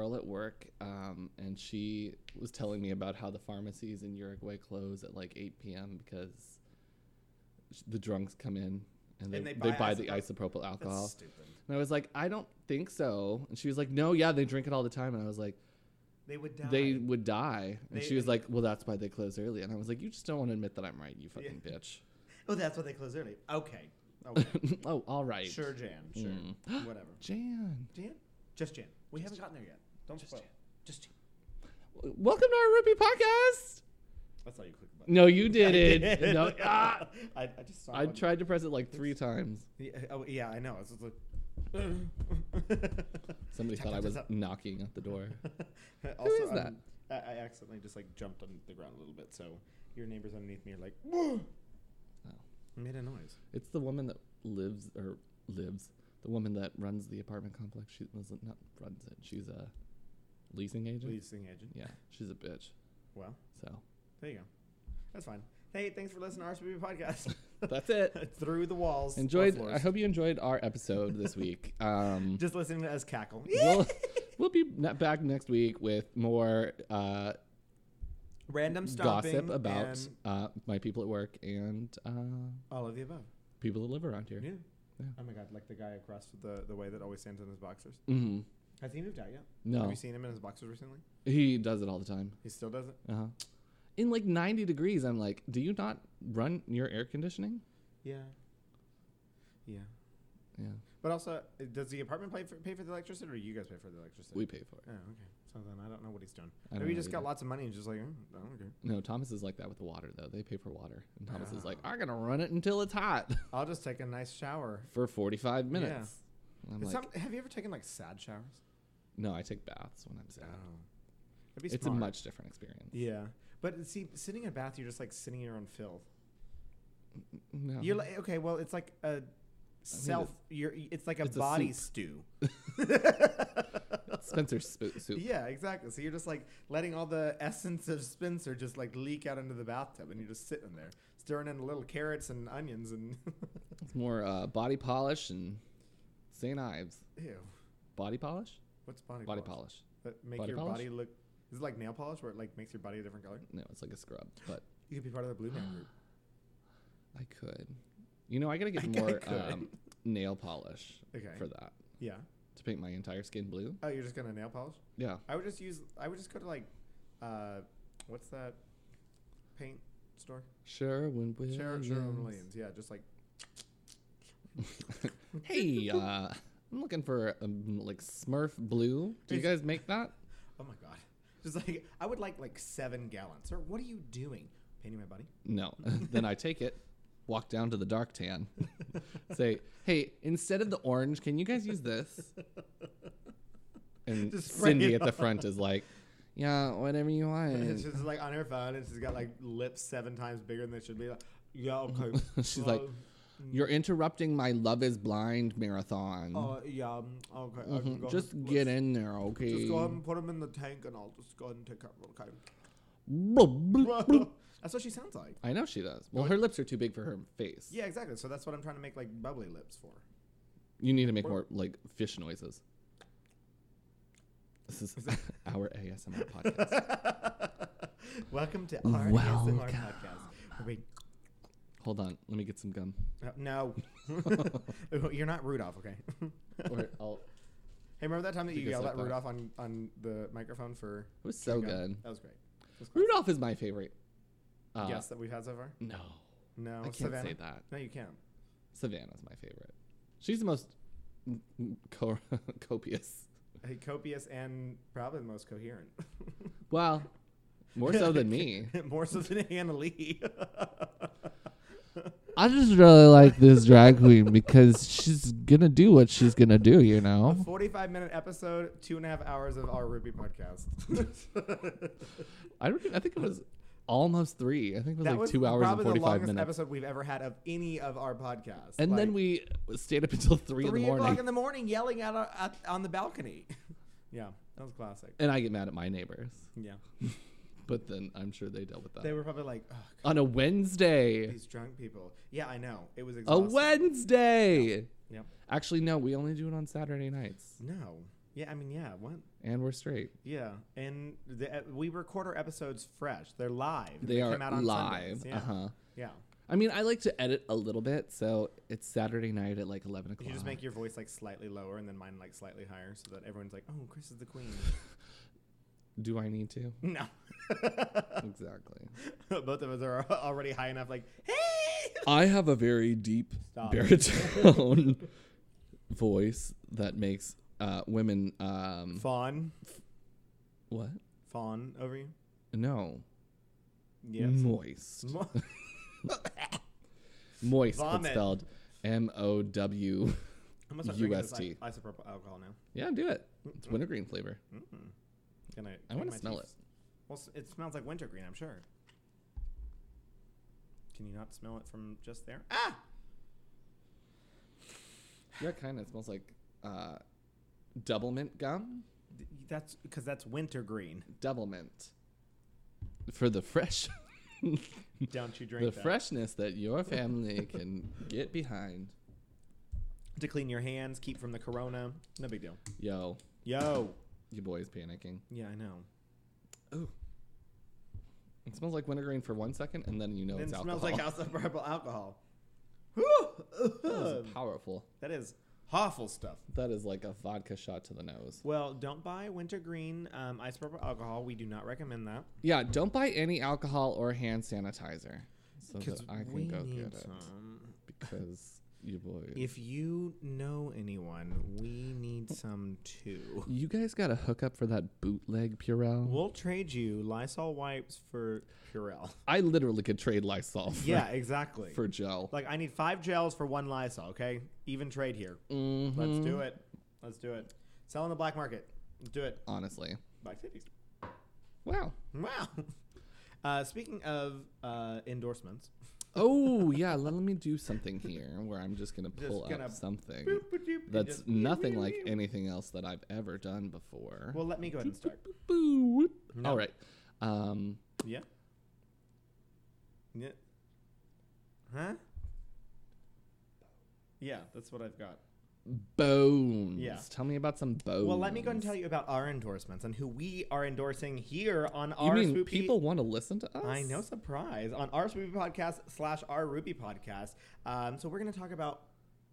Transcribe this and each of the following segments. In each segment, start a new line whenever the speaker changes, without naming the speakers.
girl at work, um, and she was telling me about how the pharmacies in Uruguay close at like 8 p.m. because sh- the drunks come in and they,
And
they,
they
buy,
buy
the isopropyl alcohol.
That's stupid.
And I was like, I don't think so. And she was like, No, yeah, they drink it all the time. And I was like,
They would die.
They would die. And
They-
she was like, Well, that's why they close early. And I was like, You just don't want to admit that I'm right, you fucking
oh, that's why they close early. Okay. Okay.
bitch. oh, all right.
sure, Jan. Sure.
Mm.
Whatever.
Jan.
Jan? Just Jan. We haven't gotten there yet. Don't just spoil. Just Jan.
W- Welcome to our Rupee podcast.
That's how you click the button.
No, you didn't.
did.
No, ah!
I, I just saw
I
one.
tried to press it like three times.
Yeah, oh, yeah, I know. It's just like.
Somebody
Tap,
thought
tap,
I was
tap,
knocking at the door.
tap. also,
is that?
um, I, I accidentally just like jumped on the ground a little bit, so your neighbors underneath me are like, "Whoa!"
Oh.
made a noise.
It's the woman that lives or lives. The woman that runs the apartment complex. She doesn't not runs it. She's a leasing agent.
Leasing agent.
Yeah, she's a bitch.
Well,
So
there you go. That's fine. Hey, thanks for listening to RSVP podcast.
that's it.
Through the walls. or
Enjoyed.
floors.
I hope you enjoyed our episode this week. Um,
Just listening to us cackle.
we'll, we'll be ne- back next week with more uh,
Random stomping.
gossip about
and
uh, my people at work and uh,
all of the above.
people that live around here.
Yeah.
Yeah.
Oh my god, like the guy across the the way that always stands in his boxers.
hmm
Has he moved out yet? Have
No,
you seen him in his boxers recently?
he does it all the time.
He still doesn't.
Uh-huh. In like 90 degrees, I'm like, do you not run your air conditioning?
Yeah. Yeah.
Yeah,
But also, uh, does the apartment pay for, pay for the electricity, or you guys pay for the electricity?
we pay for it.
Oh, okay. So then I don't know what he's doing.
I don't
Maybe he
know
just got
either.
lots of money and just like, "Mm, I don't care.
No, Thomas is like that with the water though. They pay for water, and Thomas is like,
Oh.
I'm gonna run it until it's hot
I'll just take a nice shower.
for 45 minutes. And I'm
It's
like,
not- have you ever taken like sad showers?
no, I take baths when I'm sad.
That'd Ah, be
It's a
smart.
much different experience.
Yeah, but see, sitting in a bath, you're just like sitting in your own filth.
No.
You're like, okay, well, it's like a self. You're, it's like a
Uh-huh. it's a
body stew.
Spencer sp- soup.
Yeah, exactly. So you're just like letting all the essence of Spencer just like leak out into the bathtub, and you're just sitting there stirring in little carrots and onions and
It's more uh, body polish and St. Ives.
ew.
Body polish?
What's body
Body
polish?
polish.
That make
Body
your
polish?
body look. Is it like nail polish where it like makes your body a different color?
No, it's like a scrub, but
You could be part of the Blue Man group.
I could. You know, I gotta get
I
more
could.
um, nail polish
Okay.
for that
Yeah.
to paint my entire skin blue.
Oh, you're just gonna nail polish?
Yeah.
I would just use. I would just go to like, uh, what's that paint store?
Sherwin Williams.
Sharon Sherwin Williams. Yeah, just like
hey, uh, I'm looking for um, like Smurf blue. Do you
Is-
guys make that?
oh my god, just like I would like like seven gallons. Sir, what are you doing? Painting my body?
No. then I take it, walk down to the dark tan, say, hey, instead of the orange, can you guys use this? And
Just spray
Cindy
it
at the front is like, yeah, whatever you
It's
want.
just like on her phone, and she's got like lips seven times bigger than they should be. Like, yeah, okay.
She's like,
Uh,
You're interrupting my Love is Blind marathon.
uh, yeah, um, okay. I can
Mhm.
go
Just
ahead-
get
let's-
in there, okay?
Just go ahead and put them in the tank, and I'll just go ahead and take care of it.
Bloop, bloop, bloop.
Okay. That's what she sounds like.
I know she does. Well, her lips are too big for her face.
Yeah, exactly. So that's what I'm trying to make like bubbly lips for.
You need to make more like fish noises. This is our ASMR podcast.
Welcome to our
Welcome.
ASMR podcast. Where we,
Hold on, let me get some gum.
Uh, no, you're not Rudolph, okay?
Or I'll,
Hey, remember that time that you
Because
yelled
I
at
thought-
Rudolph on, on the microphone for?
it was so
Chewing Gum?
good.
That was great. That was classic.
Rudolph is my favorite. Uh,
Guess that we've had so far.
No,
No,
I can't
Savannah.
say that.
No, you can't.
Savannah's my favorite. She's the most mm, mm, co- copious.
Hey, copious and probably the most coherent.
Well, more so than me. Oh.
More so than Anna Lee.
I just really like this drag queen because she's gonna do what she's gonna do. You
A
know.
45 minute episode, two and a half hours of our Ruby podcast.
I don't. even- I think it was almost three. I think it was like two hours and
probably the
forty-five
longest
minutes.
episode we've ever had of any of our podcasts.
And then
Like,
we stayed up until three, in the
three o'clock
morning.
in the morning yelling out at, on the balcony. yeah, that was classic.
and I get mad at my neighbors,
Yeah,
but then I'm sure they dealt with that
they were probably like, oh,
on a Wednesday.
these drunk people. Yeah, I know. It was
A
exhausting.
Wednesday.
Yep.
Actually, no, we only do it on Saturday nights.
No. Yeah, I mean, yeah, what?
and we're straight.
Yeah, and the, uh, we record our episodes fresh. They're live.
They, are
come out on
live.
Sundays. Yeah,
Uh huh.
yeah.
I mean, I like to edit a little bit, so it's Saturday night at like eleven
You
o'clock.
should just make your voice like slightly lower and then mine like slightly higher, so that everyone's like, "Oh, Chris is the queen."
Do I need to?
no,
exactly.
both of us are already high enough. Like, hey,
I have a very deep
Stop.
baritone voice that makes uh, women um,
fawn,
what?
fawn over you.
No,
Yes.
Mm. moist, moist.
Vomit.
It's spelled M O W.
I'm gonna start drinking this
UST.
is- isopropyl alcohol now.
Yeah, do it. It's wintergreen flavor.
Mm. Gonna
I want
clean my
to smell
teeth.
it.
Well, s- it smells like wintergreen, I'm sure. Can you not smell it from just there? Ah!
Yeah, kind of. It smells like uh, double mint gum.
Th- That's because that's wintergreen.
Double mint for the fresh,
Don't you drink
the
that?
freshness that your family can get behind.
to clean your hands, keep from the corona. No big deal.
Yo,
Yo.
you boys panicking.
Yeah, I know.
It smells like wintergreen for one second, and then you know
Then
Oh, it's
it
alcohol.
smells like isopropyl alcohol.
that
Whew!
is powerful.
that is awful stuff.
That is like a vodka shot to the nose.
Well, don't buy wintergreen um, isopropyl alcohol. We do not recommend that.
Yeah, don't buy any alcohol or hand sanitizer, so that
Because
I
we
can go
need
get it
some.
because you boys.
If you know anyone, we need some too.
you guys got a hookup for that bootleg Purell?
We'll trade you Lysol wipes for Purell.
I literally could trade Lysol for,
Yeah, exactly.
for gel.
like I need five gels for one Lysol. Okay, even trade here.
Mhm.
Let's do it. Let's do it. Sell on the black market. Let's do it.
Honestly,
Black cities.
wow.
Wow. Uh, speaking of uh, endorsements,
Oh yeah, let, let me do something here where I'm just gonna
Just
pull
gonna
up something
boop, boop, boop, and
that's
just-
nothing like anything else that I've ever done before.
well, let me go ahead and start.
Boo, whoop.
No.
All right. Um,
Yeah. Yeah. Huh? Yeah, that's what I've got.
bones.
Yeah.
Tell me about some bones.
Well, let me go and tell you about our endorsements and who we are endorsing here on
You
our
mean
Swoopy-
people want to listen to us?
I know, surprise. On our Swoopy podcast slash our Ruby podcast. Um, so we're going to talk about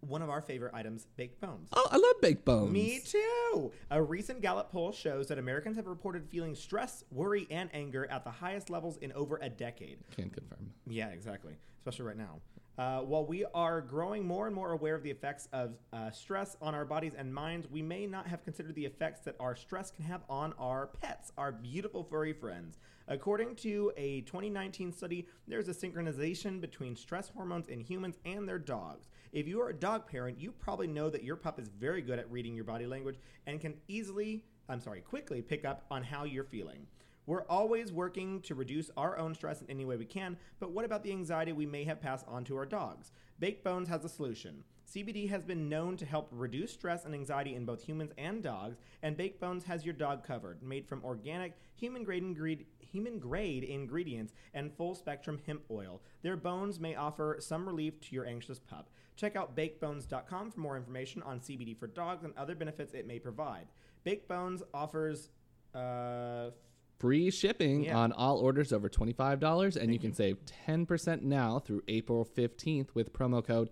one of our favorite items, baked bones.
Oh, I love baked bones.
Me too. A recent Gallup poll shows that Americans have reported feeling stress, worry, and anger at the highest levels in over a decade.
Can confirm.
Yeah, exactly. Especially right now. Uh, while we are growing more and more aware of the effects of uh, stress on our bodies and minds, we may not have considered the effects that our stress can have on our pets, our beautiful furry friends. According to a 2019 study, there's a synchronization between stress hormones in humans and their dogs. If you are a dog parent, you probably know that your pup is very good at reading your body language and can easily, I'm sorry, quickly pick up on how you're feeling. We're always working to reduce our own stress in any way we can, but what about the anxiety we may have passed on to our dogs? Baked Bones has a solution. CBD has been known to help reduce stress and anxiety in both humans and dogs, and Baked Bones has your dog covered, made from organic, human grade ingre- human grade ingredients and full spectrum hemp oil. Their bones may offer some relief to your anxious pup. Check out bakebones.com for more information on CBD for dogs and other benefits it may provide. Baked Bones offers uh
Free shipping
Yeah.
on all orders over $25, and you can save 10% now through April 15th with promo code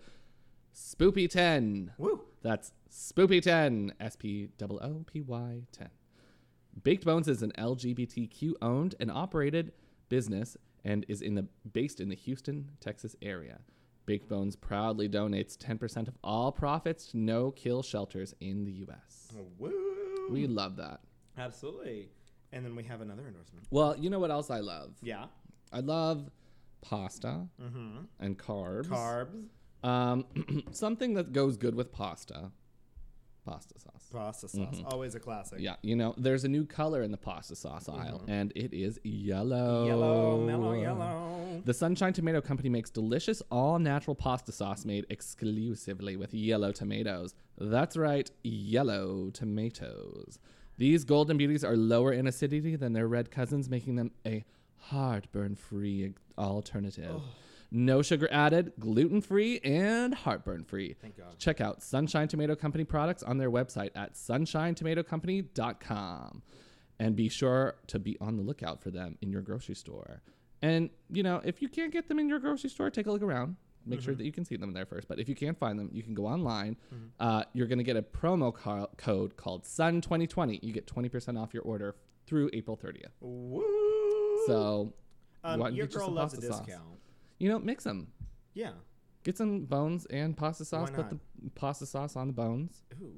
SPOOPY10.
woo
That's Spoopy10, S P O O P Y 10. Baked Bones is an LGBTQ owned and operated business and is in the based in the Houston, Texas area. Baked Bones proudly donates 10% of all profits to no kill shelters in the US.
Woo!
We love that.
Absolutely. And then we have another endorsement.
Well, you know what else I love?
Yeah.
I love pasta and carbs.
Carbs.
Um, something that goes good with pasta. Pasta sauce.
Pasta sauce.
Mm-hmm.
Always a classic.
Yeah, you know, there's a new color in the pasta sauce aisle, and it is yellow.
Mm-hmm.
uh,
Yellow, mellow, yellow.
The Sunshine Tomato Company makes delicious all natural pasta sauce made exclusively with yellow tomatoes. That's right, yellow tomatoes. These golden beauties are lower in acidity than their red cousins, making them a heartburn free alternative. No sugar added, gluten free, and heartburn free.
Thank God.
Check out Sunshine Tomato Company products on their website at sunshinetomatocompany.com. And be sure to be on the lookout for them in your grocery store. And, you know, if you can't get them in your grocery store, take a look around. Make
Mm-hmm.
sure that you can see them there first. But if you can't find them, you can go online. Uh, you're going to get a promo car- code called SUN2020. You get 20% off your order through April 30th.
Woo!
So,
um,
why don't
your
you get you
girl
some
loves a
pasta sauce?
discount.
you know, mix them.
Yeah.
Get some bones and pasta sauce. Put
not?
the pasta sauce on the bones
Ooh,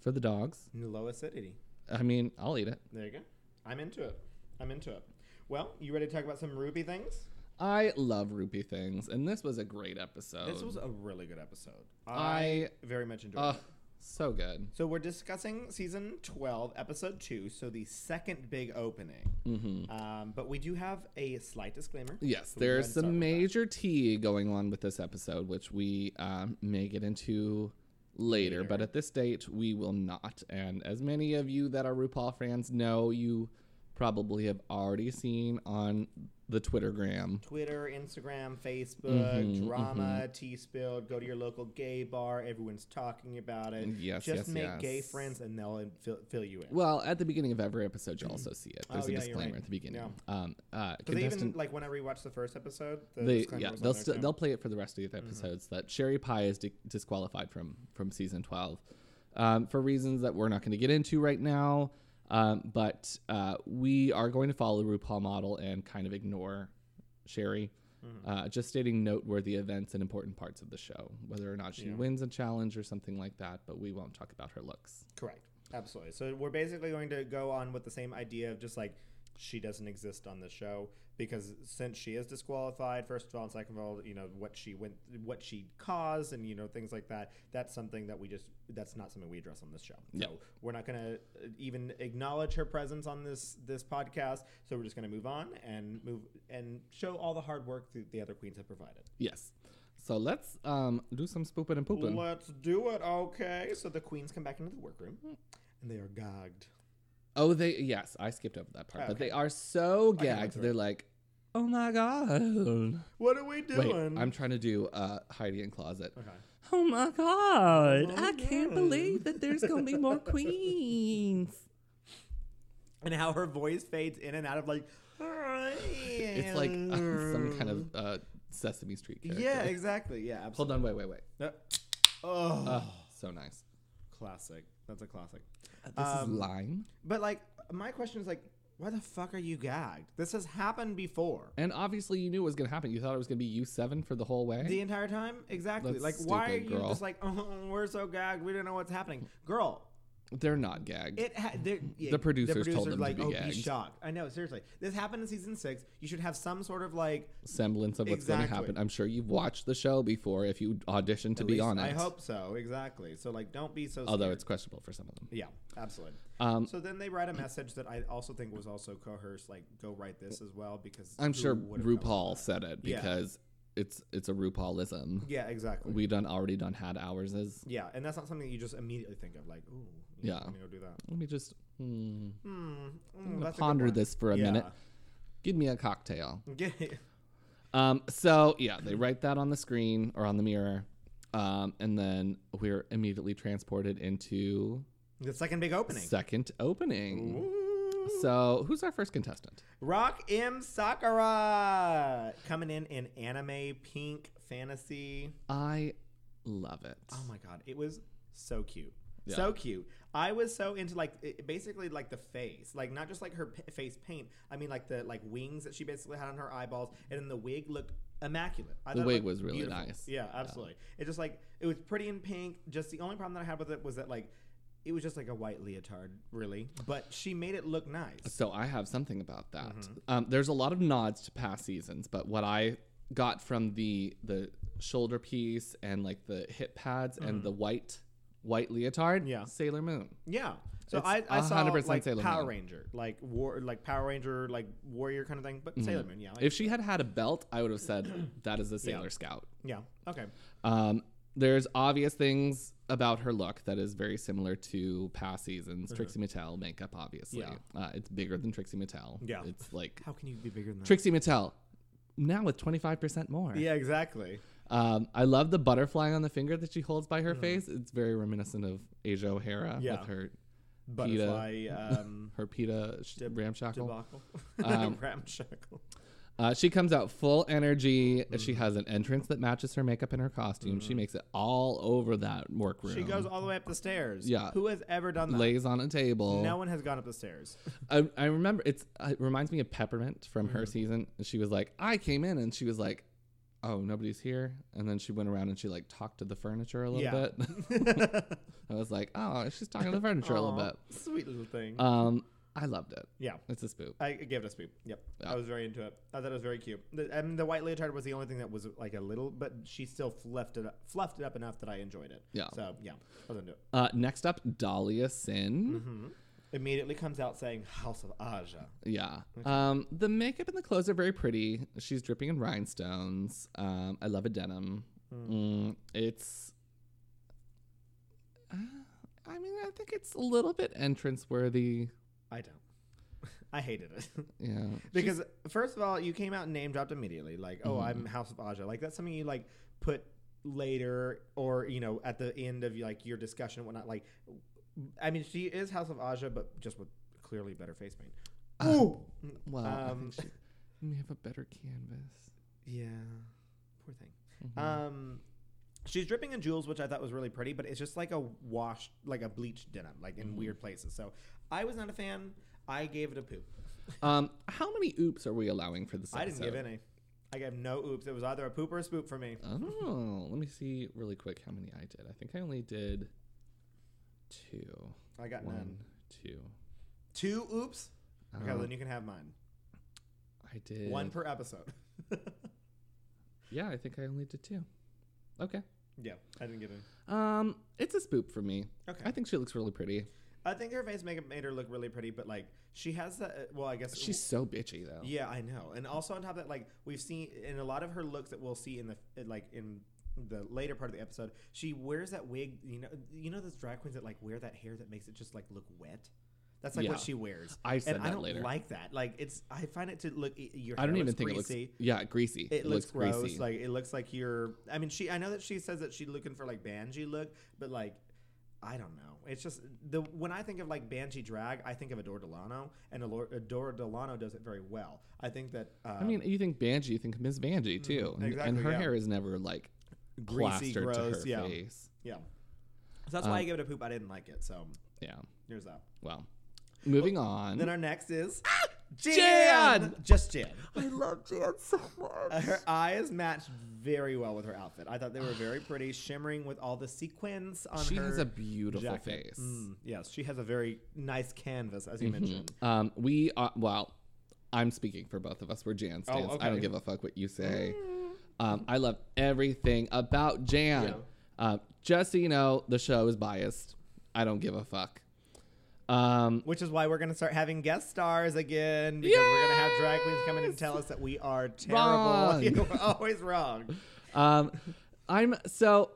for the dogs.
low acidity.
I mean, I'll eat it.
There you go. I'm into it. I'm into it. Well, you ready to talk about some Ruby things?
I love rupee things, and this was a great episode.
This was a really good episode. I,
Um, I-
very much enjoyed
Ugh,
it.
so good.
So we're discussing season 12, episode 2, so the second big opening. Mm-hmm. Um, but we do have a slight disclaimer.
Yes,
So we
there's
go
some
ahead and start with
major tea going on with this episode, which we um, may get into later, But at this date, we will not. And as many of you that are RuPaul fans know, you probably have already seen on the Twittergram.
that. Twitter, Instagram, Facebook,
Mm-hmm,
drama, tea spilled. Go to your local gay bar. Everyone's talking about it.
Mm, Yes,
Just
yes,
make gay
yes.
friends and they'll fill, fill you in.
Well, at the beginning of every episode, you also see it. There's
Mm. Oh, yeah,
a
you're
disclaimer
right.
at the beginning.
Yeah.
Um, uh,
Because even
contestant-
like when I rewatched the first episode, the
they
disclaimer
yeah
was on
they'll
there,
still
too. Mm-hmm.
they'll play it for the rest of the episodes that Sherry Pie is di- disqualified from from season twelve um, for reasons that we're not going to get into right now. Um, but uh, we are going to follow the RuPaul model and kind of ignore Sherry,
Mm-hmm.
uh, just stating noteworthy events and important parts of the show, whether or not she wins a challenge or something like that. But we won't talk about her looks.
Correct. Absolutely. So we're basically going to go on with the same idea of just like she doesn't exist on the show because since she is disqualified, first of all, and second of all, you know what she went, what she caused, and you know things like that. That's something that we just that's not something we address on this show. No, we're not going to even acknowledge her presence on this this podcast. So we're just going to move on and move and show all the hard work that the other queens have provided.
Yes. So let's um, do some spooping and pooping.
Let's do it. Okay. So the queens come back into the workroom and they are gagged.
Oh, they yes, I skipped over that part, but they are so gagged. They're like, oh my god.
What are we
Wait,
doing?
I'm trying to do uh, Heidi in closet.
Okay.
Oh my god,
Oh my
I can't believe that there's gonna be more queens.
and how her voice fades in and out of like. It's
It's like uh, some kind of uh, Sesame Street character.
Yeah, exactly. Yeah,
Hold
absolutely.
on, wait, wait, wait.
Oh,
Oh, so nice.
classic. That's a classic.
This
Um,
is lime,
But like, my question is like, why the fuck are you gagged? This has happened before.
and obviously you knew it was gonna happen. You thought it was gonna be you seven for the whole way.
The entire time, exactly.
That's
like, why are
stupid,
you
girl.
just like, oh, we're so gagged, we don't know what's happening, girl?
They're not gagged.
It ha- they're- yeah,
The producers told
producer's
them to
like,
be
oh,
gagged."
be shocked. I know, seriously, this happened in season six. You should have some sort of like
Semblance of what's
Exactly.
gonna happen. I'm sure you've watched the show before if you auditioned to
At
be
least
on it.
I hope so. Exactly. So like, don't be so.
although
scared.
it's questionable for some of them.
yeah, absolutely.
Um,
so then they write a message that I also think was also coerced, like go write this as well because
I'm
who
sure
would've known?
RuPaul said it
Yeah.
because it's it's a RuPaulism.
Yeah, exactly.
We done already done had ours is.
yeah, and that's not something that you just immediately think of, like, ooh, you know,
Yeah.
I'm gonna go do that.
Let me just hmm,
Hmm. Mm, that's a good
ponder
one.
this for a
Yeah.
minute. Give me a cocktail.
Yeah.
Um, so yeah, they write that on the screen or on the mirror, um, and then we're immediately transported into
the second big opening.
second opening.
Ooh.
So who's our first contestant?
Rock M Sakura coming in in anime pink fantasy.
I love it.
Oh my god, it was so cute.
Yeah.
So cute. I was so into like it, basically like the face, like not just like her p- face paint. I mean like the like wings that she basically had on her eyeballs, and then the wig looked immaculate. I
The
thought it
wig
looked
was really
beautiful.
nice.
Yeah, absolutely. It just like it was pretty in pink. Just the only problem that I had with it was that like it was just like a white leotard, really. But she made it look nice.
So I have something about that.
Mm-hmm.
Um, there's a lot of nods to past seasons, but what I got from the the shoulder piece and like the hip pads and the white white leotard,
Mm-hmm. Yeah.
Sailor Moon.
Yeah. So
It's
I, I saw
100%
like
Sailor
Power
Moon.
Ranger, like war, like Power Ranger, like warrior kind of thing, but Sailor Moon. Yeah. like-
Mm-hmm. If she had had a belt, I would have said that is a Sailor Scout.
yeah. Okay.
Um, there's obvious things about her look that is very similar to past seasons. Trixie Mattel makeup, obviously.
Mm-hmm. Yeah.
Uh, it's bigger than Trixie Mattel.
Yeah.
It's like
How can you be bigger than that?
Trixie Mattel, now with 25% more.
Yeah, exactly.
Um, I love the butterfly on the finger that she holds by her face. It's very reminiscent of Asia O'Hara
Mm-hmm. Yeah.
with her
Butterfly um,
her pita sh- ramshackle.
debacle.
Um,
Ramshackle.
Uh, she comes out full energy. She
Mm-hmm.
has an entrance that matches her makeup and her costume. She makes it all over that workroom.
She goes all the way up the stairs.
um, Yeah.
Who has ever done that?
lays on a table.
No one has gone up the stairs.
I, I remember it's uh, it reminds me of Peppermint from
Mm-hmm.
her season. She was like, I came in and she was like, oh nobody's here, and then she went around and she like talked to the furniture a little
Yeah.
bit. I was like, oh, she's talking to the furniture a little
Aw,
bit.
Sweet little thing.
Um, I loved it.
yeah.
It's a spoop.
I gave it a sweep. Yep.
Yeah.
I was very into it. I thought it was very cute. The, and the white leotard was the only thing that was like a little, but she still fluffed it up, fluffed it up enough that I enjoyed it.
Yeah.
So, yeah. I was into it. Mm-hmm.
Uh, next up, Dahlia Sin.
Immediately comes out saying House of Aja.
Yeah. Um, the makeup and the clothes are very pretty. She's dripping in rhinestones. Um, I love a denim. Mm, it's. Uh, I mean, I think it's a little bit entrance worthy.
I don't. I hated it.
Yeah.
because first of all, you came out and name dropped immediately. Like, oh,
Mm-hmm.
I'm House of Aja. Like that's something you like put later or, you know, at the end of like your discussion and whatnot. Like I mean, she is House of Aja, but just with clearly better face paint. Ooh.
Uh, Well, I
Um,
think she, we have a better canvas.
Yeah. Poor thing.
Mm-hmm.
Um She's dripping in jewels, which I thought was really pretty, but it's just like a washed, like a bleached denim, like in
Mm-hmm.
weird places. So I was not a fan. I gave it a poop.
Um, how many oops are we allowing for this?
I didn't give
episode?
any. I gave no oops. It was either a poop or a spoop for me.
Oh, let me see really quick how many I did. I think I only did two.
I got none.
One, two.
Two oops. Okay,
Um,
then you can have mine.
I did
One per episode.
Yeah, I think I only did two. Okay.
yeah, I didn't get any.
Um, it's a spoop for me.
Okay.
I think she looks really pretty.
I think her face makeup made her look really pretty, but like she has that. Well, I guess
She's so bitchy though.
Yeah, I know. And also on top of that, like we've seen in a lot of her looks that we'll see in the like in the later part of the episode, she wears that wig. You know, you know those drag queens that like wear that hair that makes it just like look wet. That's like
Yeah.
what she wears.
I said
and I
that
don't
later.
like that. Like it's, I find it to look y- your. Hair
I don't even
looks
think
greasy.
it looks. Yeah, greasy.
It, looks, gross.
greasy.
Like it looks like you're. I mean, she. I know that she says that she's looking for like banshee look, but like, I don't know. It's just the when I think of like banshee drag, I think of Adore Delano, and Alor- Adore Delano does it very well. I think that. Um, Mm,
I mean, you think Banshee, you think Miss Banshee too, and, and
exactly,
her
yeah.
hair is never like
Greasy,
plastered
gross,
to her
yeah.
face.
yeah. So
Uh,
that's why I gave it a poop. I didn't like it. So
Yeah.
there's that.
Well, moving on.
Then our next is Jan.
Ah! Jan!
Just Jan.
I love Jan so much.
Uh, Her eyes matched very well with her outfit. I thought they were very pretty, shimmering with all the sequins on
she
her.
has a beautiful
jacket.
face.
Mm, yes, she has a very nice canvas, as you mentioned.
Um, we are well. I'm speaking for both of us. We're Jan stands. I don't
Oh, okay. Mm.
give a fuck what you say. Um, I love everything about Jan. Uh, just so you know, the show is biased. I don't give a fuck. Um,
Which is why we're going to start having guest stars again because we're going to have drag queens come in and tell us that we are terrible.
Wrong.
You we're always wrong.
um, I'm so.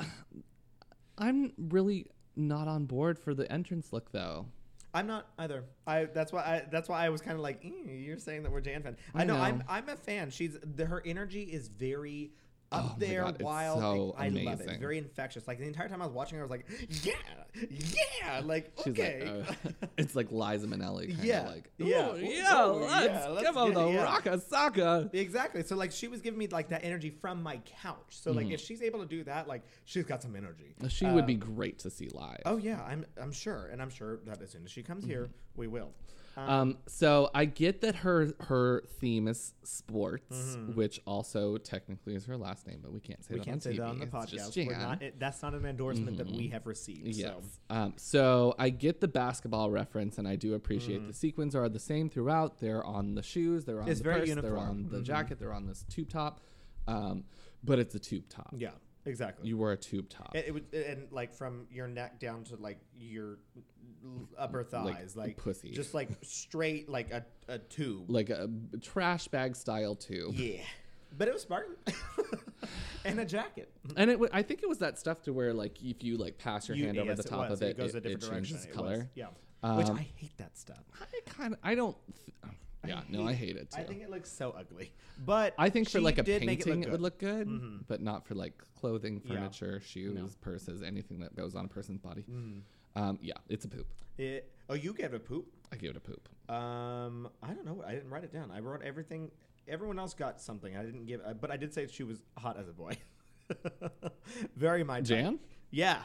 I'm really not on board for the entrance look though.
I'm not either. I that's why I that's why I was kind of like "Mm, you're saying that we're Jan fan. I, know,
know.
I'm I'm a fan. She's the, her energy is very
Oh
up
my
there,
God, it's
wild.
so
I, I love it. It's
amazing.
very infectious. Like the entire time I was watching her, I was like, yeah, yeah. Like
She's
okay,
like, oh. it's like Liza Minnelli, kind of
Yeah.
like,
Yeah.
"Ooh,
Ooh,
yeah,
ooh,
let's
yeah, let's
give on
get
the
it, yeah."
rock a sucker.
Exactly. So like she was giving me like that energy from my couch. So
Mm-hmm.
like if she's able to do that, like she's got some energy.
She would
Um,
be great to see live.
Oh yeah, I'm I'm sure, and I'm sure that as soon as she comes here,
Mm-hmm.
we will. Um,
Um, so I get that her her theme is sports, which also technically is her last name, but we can't say
Mm-hmm. we
that
can't
on
say
TV.
that on the
It's just
podcast. We're
Jan. Mm-hmm.
not, it, that's not an endorsement that we have received.
Yes.
So
Um, so I get the basketball reference, and I do appreciate the sequins are the same throughout. They're on the shoes, they're on
Mm-hmm. It's
the
very
purse, they're
uniform. Mm-hmm.
on the jacket, they're on this tube top. Um, but it's a tube top.
yeah, exactly.
You wear a tube top.
and it would, and like from your neck down to like your l- upper thighs, like,
pussy.
just like straight, like a, a tube.
like a b- trash bag style tube.
yeah, but it was Spartan and a jacket.
And it, w- I think it was that stuff to where, like, if you like pass your
You-
hand over
yes,
the top
was.
of it, Uh,
goes
it,
a different
it
direction.
changes
It was.
color.
Yeah, which
Um,
I hate that stuff.
I kind of I don't th- Yeah, no, I hate it too.
I think it looks so ugly. But
for
she
like a
did
painting,
make
it, would
look good. Mm-hmm.
look good, but not for like clothing,
Yeah.
furniture, shoes, purses, anything that goes on a person's body.
Mm.
Um, yeah, it's a poop.
It- oh, you gave it a poop.
I give it a poop.
Um, I don't know. I didn't write it down. I wrote everything. Everyone else got something. I didn't give, uh, but I did say she was hot as a boy. Very my type.
Jan,
Yeah,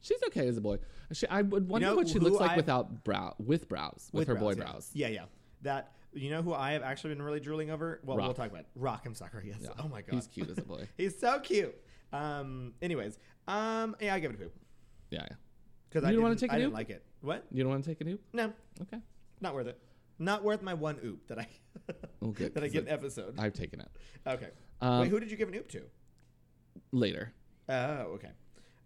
she's okay as a boy. She, I would wonder
know
what she
who
looks like
I've-
without brow, with brows, with, her boy
yeah.
brows.
Yeah, yeah. That you know who I have actually been really drooling over. Well, we'll
Rock.
talk about it. Rock and Soccer. Yes. Oh my god,
he's cute as a boy.
he's so cute. Um. Anyways. Um. Yeah, I give it a poop
Yeah, yeah.
because
You don't
I didn't,
wanna take a
I didn't
nuke?
like it. What?
You don't want to take a noob?
No,
Okay,
not worth it. Not worth my one oop that I
Oh, good,
that I
'cause
give
it-
an episode.
I've taken it
Okay.
Um,
Wait, who did you give an oop to?
later.
Oh, okay.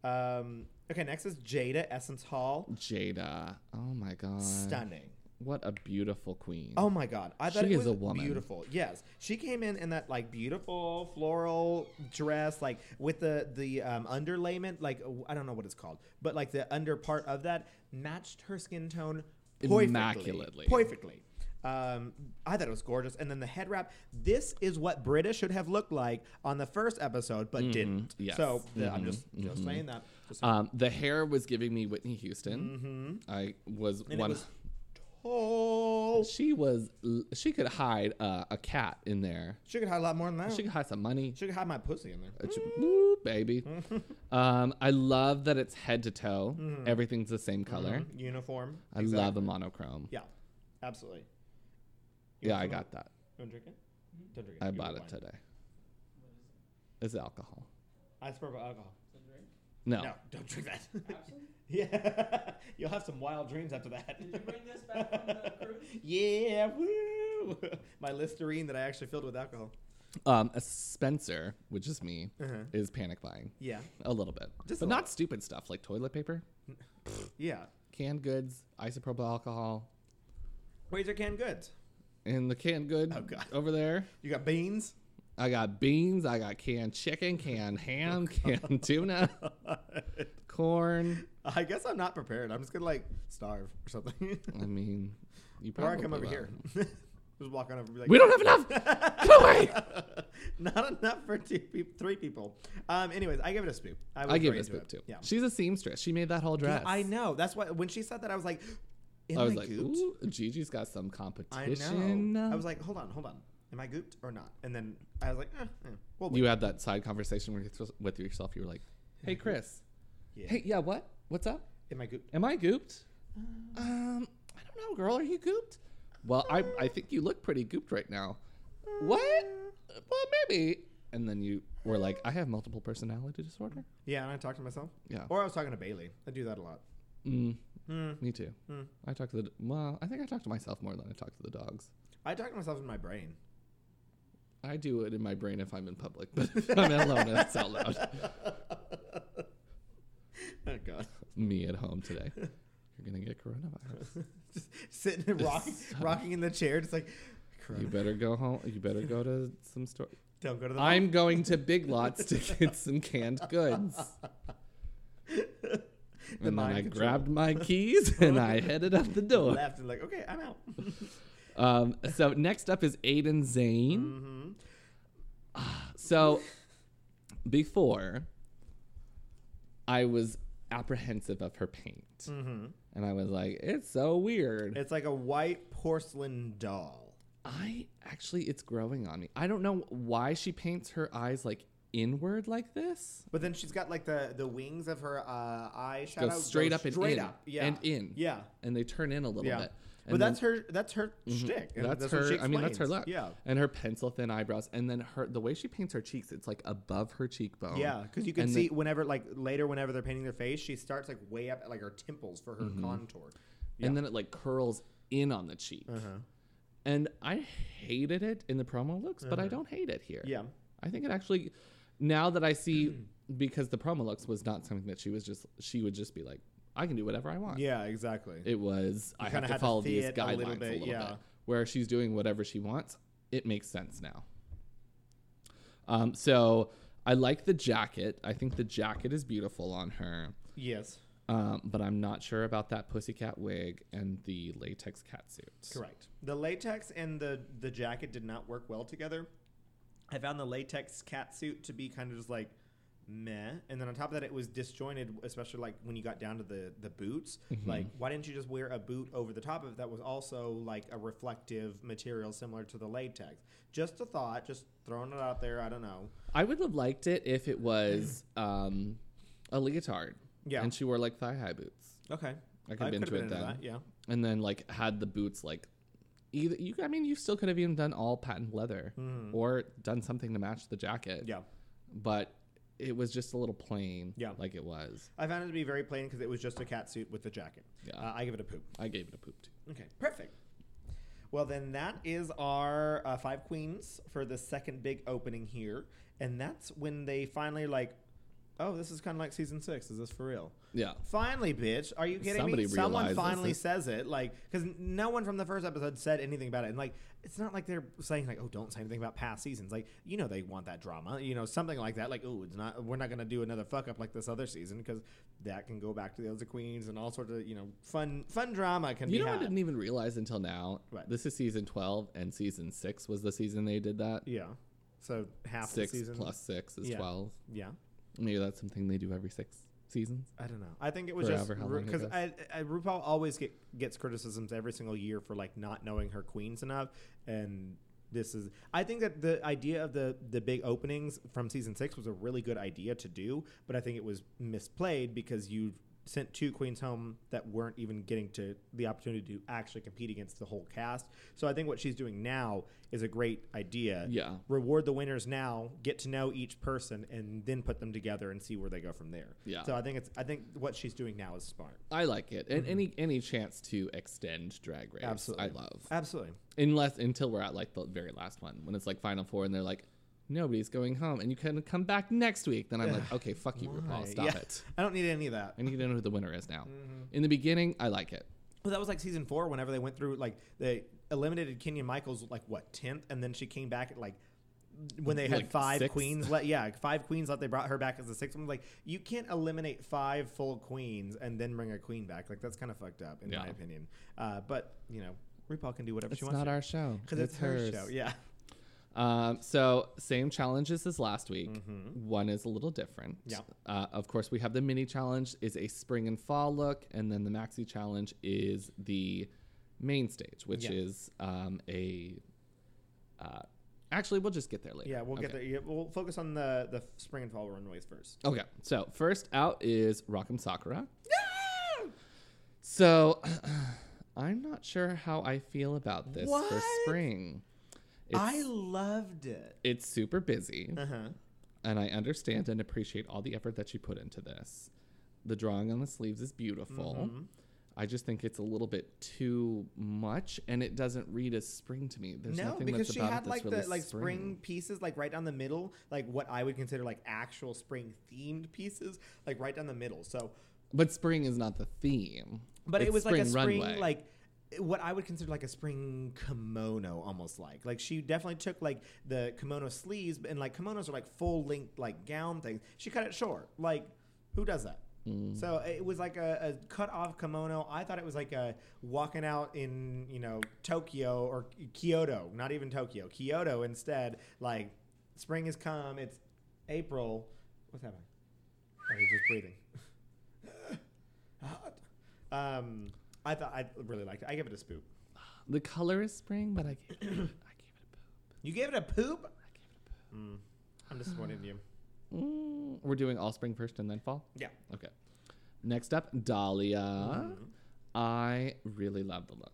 Um, okay, next is Jada Essence Hall.
Jada, oh my god,
Stunning.
what a beautiful queen.
Oh my god. I thought
She
it
is
was
a woman.
beautiful. Yes. She came in in that like beautiful floral dress like with the the um underlayment like uh, I don't know what it's called, but like the under part of that matched her skin tone perfectly.
Immaculately.
Perfectly. Um, I thought it was gorgeous, and then the head wrap. This is what Brita should have looked like on the first episode, but didn't.
Mm-hmm. Yes. Mm-hmm.
So the- I'm just just saying that. Just
Um, the hair was giving me Whitney Houston. I was
Mm-hmm. And it
one.
was tall.
she was. l- She could hide uh, a cat in there.
She could hide a lot more than that.
She
She,
could hide some money.
could hide my pussy in there.
It's- woo, baby. um, I love that it's head to toe.
Mm.
Everything's the same color.
Uniform.
I love a monochrome.
Mm-hmm. Yeah, absolutely.
Yeah, I
some-
got that.
You want to drink it? Don't drink it.
I
You
bought
were
it
fine.
today. It's alcohol.
I swear by alcohol.
No.
No, don't drink that. yeah, you'll have some wild dreams after that.
Did you bring this back from the cruise?
yeah, woo! my Listerine that I actually filled with alcohol.
Um, a Spencer, which is me, is panic buying
Yeah,
a little bit,
Uh-huh. Just a
but not
little.
stupid stuff like toilet paper,
yeah.
canned goods, isopropyl alcohol,
Razor canned goods.
in the canned good
Oh, God.
over there.
You got beans.
I got beans. I got canned chicken, canned
Oh,
ham, canned tuna, corn.
I guess I'm not prepared. I'm just gonna like starve or something.
I mean, you
or I
probably
come over
will.
here. just walk on over. and Be like,
We don't have enough. Come away.
Not enough for two peop three people. Um. Anyways, I give it a spoop. I, was
I give
very
this
into
poop too.
Yeah.
She's a seamstress. She made that whole dress.
I know. That's why when she said that, I was like, Am
I was
I
like,
gooped?
ooh, uh." Gigi's got some
I
competition.
know. I was like, hold on, hold on. Am I gooped or not? And then I was like, eh, eh. well, wait.
you had that side conversation with yourself- with yourself. You were like, hey, Chris.
Yeah.
Hey, yeah, what? What's up?
am I gooped?
Am I gooped? Um, I don't know, girl. Are you gooped? Well, I, I think you look pretty gooped right now. What? Well, maybe. And then you were like, I have multiple personality disorder.
Yeah, and I talked to myself.
Yeah.
Or I was talking to Bailey. I do that a lot.
Mm,
Hmm.
me too. I talk to the well. I think I talk to myself more than I talk to the dogs.
I talk to myself in my brain.
I do it in my brain if I'm in public, but if I'm alone, it's out loud.
Oh God!
Me at home today. You're gonna get coronavirus.
just sitting and rocking, rocking in the chair, just like,
You
Corona.
better go home. You better go to some store.
don't go to the. mall.
I'm going to Big Lots to get some canned goods. and then
mind
I
control.
grabbed my keys and I headed out the door.
left and like, okay, I'm out.
Um, so next up is Aiden Zane.
Mm-hmm.
Ah, So before, I was apprehensive of her paint,
Mm-hmm.
and I was like, "It's so weird."
it's like a white porcelain doll.
I actually, it's growing on me. I don't know why she paints her eyes like inward like this.
But then she's got like the the wings of her uh, eye shadow
Goes straight up and
straight
in,
up, yeah,
and in,
yeah,
and they turn in a little bit.
yeah. but
And then- Mm-hmm.
that's her that's her shtick. and
That's,
what
her.
she
I mean, that's her look.
explains. Yeah,
And her pencil thin eyebrows, and then her the way she paints her cheeks, it's like above her cheekbone.
yeah, because you
Um,
can
And
see
then-
whenever like later whenever they're painting their face, she starts like way up at like her temples for her
Mm-hmm.
contour.
and then it like curls in on the cheek.
Uh-huh.
And I hated it in the promo looks, but I don't hate it here.
Uh-huh. Yeah.
I think it actually, now that I see, because the promo looks was not something that she was just, she would just be like, I can do whatever I want.
Yeah, exactly.
It was, I have
kinda
to
had to
follow
see
these
it a
guidelines a
little
little,
bit,
bit,
yeah.
Where she's doing whatever she wants, it makes sense now. Um, so I like the jacket. I think the jacket is beautiful on her.
yes.
Um, but I'm not sure about that pussycat wig and the latex cat suits.
Correct. The latex and the the jacket did not work well together. I found the latex cat suit to be kind of just like meh, and then on top of that, it was disjointed, especially like when you got down to the the boots. Like, why didn't you just wear a boot over the top of it that was also like a reflective material similar to the latex? Just a thought, just throwing it out there. I don't know.
I would have liked it if it was um, a leotard.
Yeah.
And she wore like thigh high boots.
Okay,
I could've been
could've
to it then.
Yeah,
And then like had the boots like either you I mean you still could have even done all patent leather or done something to match the jacket.
Mm-hmm. yeah.
But it was just a little plain.
Yeah.
Like it was.
I found it to be very plain because it was just a cat suit with the jacket.
Yeah.
Uh, I give it a poop.
I gave it a poop too.
Okay, perfect. Well, then that is our uh, five queens for the second big opening here. And that's when they finally, like, oh, this is kind of like season six. Is this for real?
Yeah.
Finally, bitch. Are you kidding
Somebody
me? Someone
realizes
finally
it.
says it. Like, because no one from the first episode said anything about it. And, like, it's not like they're saying, like, oh, don't say anything about past seasons. Like, you know, they want that drama, you know, something like that. Like, oh, it's not, we're not going to do another fuck up like this other season because that can go back to the other queens and all sorts of, you know, fun, fun drama can
You
be
know, I
had.
didn't even realize until now.
What?
This is season twelve, and season six was the season they did that.
Yeah. So half
six
the season.
plus six is
Yeah.
twelve.
Yeah.
Maybe that's something they do every six seasons.
I don't know. I think it was
Forever, how long it
just because
goes.
I, I RuPaul always get, gets criticisms every single year for like not knowing her queens enough, and this is. I think that the idea of the the big openings from season six was a really good idea to do, but I think it was misplayed because you sent two queens home that weren't even getting to the opportunity to actually compete against the whole cast. So I think what she's doing now is a great idea.
Yeah.
reward the winners now, get to know each person, and then put them together and see where they go from there.
Yeah.
So I think it's I think what she's doing now is smart.
I like it, and any any chance to extend Drag Race,
Mm-hmm. Absolutely.
I love.
Absolutely.
Unless until we're at like the very last one, when it's like Final Four, and they're like, nobody's going home, and you can come back next week. Then I'm like, okay, fuck you, RuPaul, Oh, stop it.
I don't need any of that.
I need to know who the winner is now.
Mm-hmm.
In the beginning, I like it.
Well, that was like season four. Whenever they went through, like they eliminated Kenya Michaels, like what tenth, and then she came back at like when they had
Like
five
sixth?
queens. Let yeah, five queens left. They brought her back as the sixth one. Like you can't eliminate five full queens and then bring a queen back. Like that's kind of fucked up, in my
Yeah.
opinion. Uh, but you know, RuPaul can do whatever
It's
she wants.
not our show
because it's, her
hers.
show. Yeah.
Um, so same challenges as last week. One is a little different.
Mm-hmm. Yeah.
Uh, of course, we have the mini challenge is a spring and fall look, and then the maxi challenge is the main stage, which
Yeah.
is um, a. Uh, actually, we'll just get there later.
Yeah, we'll
okay.
get there. Yeah, we'll focus on the the spring and fall runways first.
Okay, so first out is Rock'em Sakura. So I'm not sure how I feel about this for
What?
spring. It's,
I loved it.
it's super busy.
Uh huh.
and I understand and appreciate all the effort that she put into this. The drawing on the sleeves is beautiful.
Mm-hmm.
I just think it's a little bit too much, and it doesn't read as spring to me. There's
No,
nothing
because
that's
she
about
had
it that's
like
really
the like spring.
spring.
pieces like right down the middle, like what I would consider like actual spring themed pieces, like right down the middle. So,
But spring is not the theme.
but it
It's
was like a
spring
spring
runway.
like what I would consider like a spring kimono almost like. Like she definitely took like the kimono sleeves and like kimonos are like full length like gown things. She cut it short. Like who does that? So it was like a, a cut off kimono. I thought it was like a walking out in you know Tokyo or Kyoto, not even Tokyo, Kyoto instead. Like spring has come. It's April. What's happening? Oh, he's just breathing. Um, I thought I really liked it. I gave it a spoop.
the color is spring, but I gave it, I gave it a
You gave it a poop? I'm disappointed in you.
boo. Mm, we're doing all spring first and then fall.
Yeah.
Okay. Next up, Dahlia. I really love the look.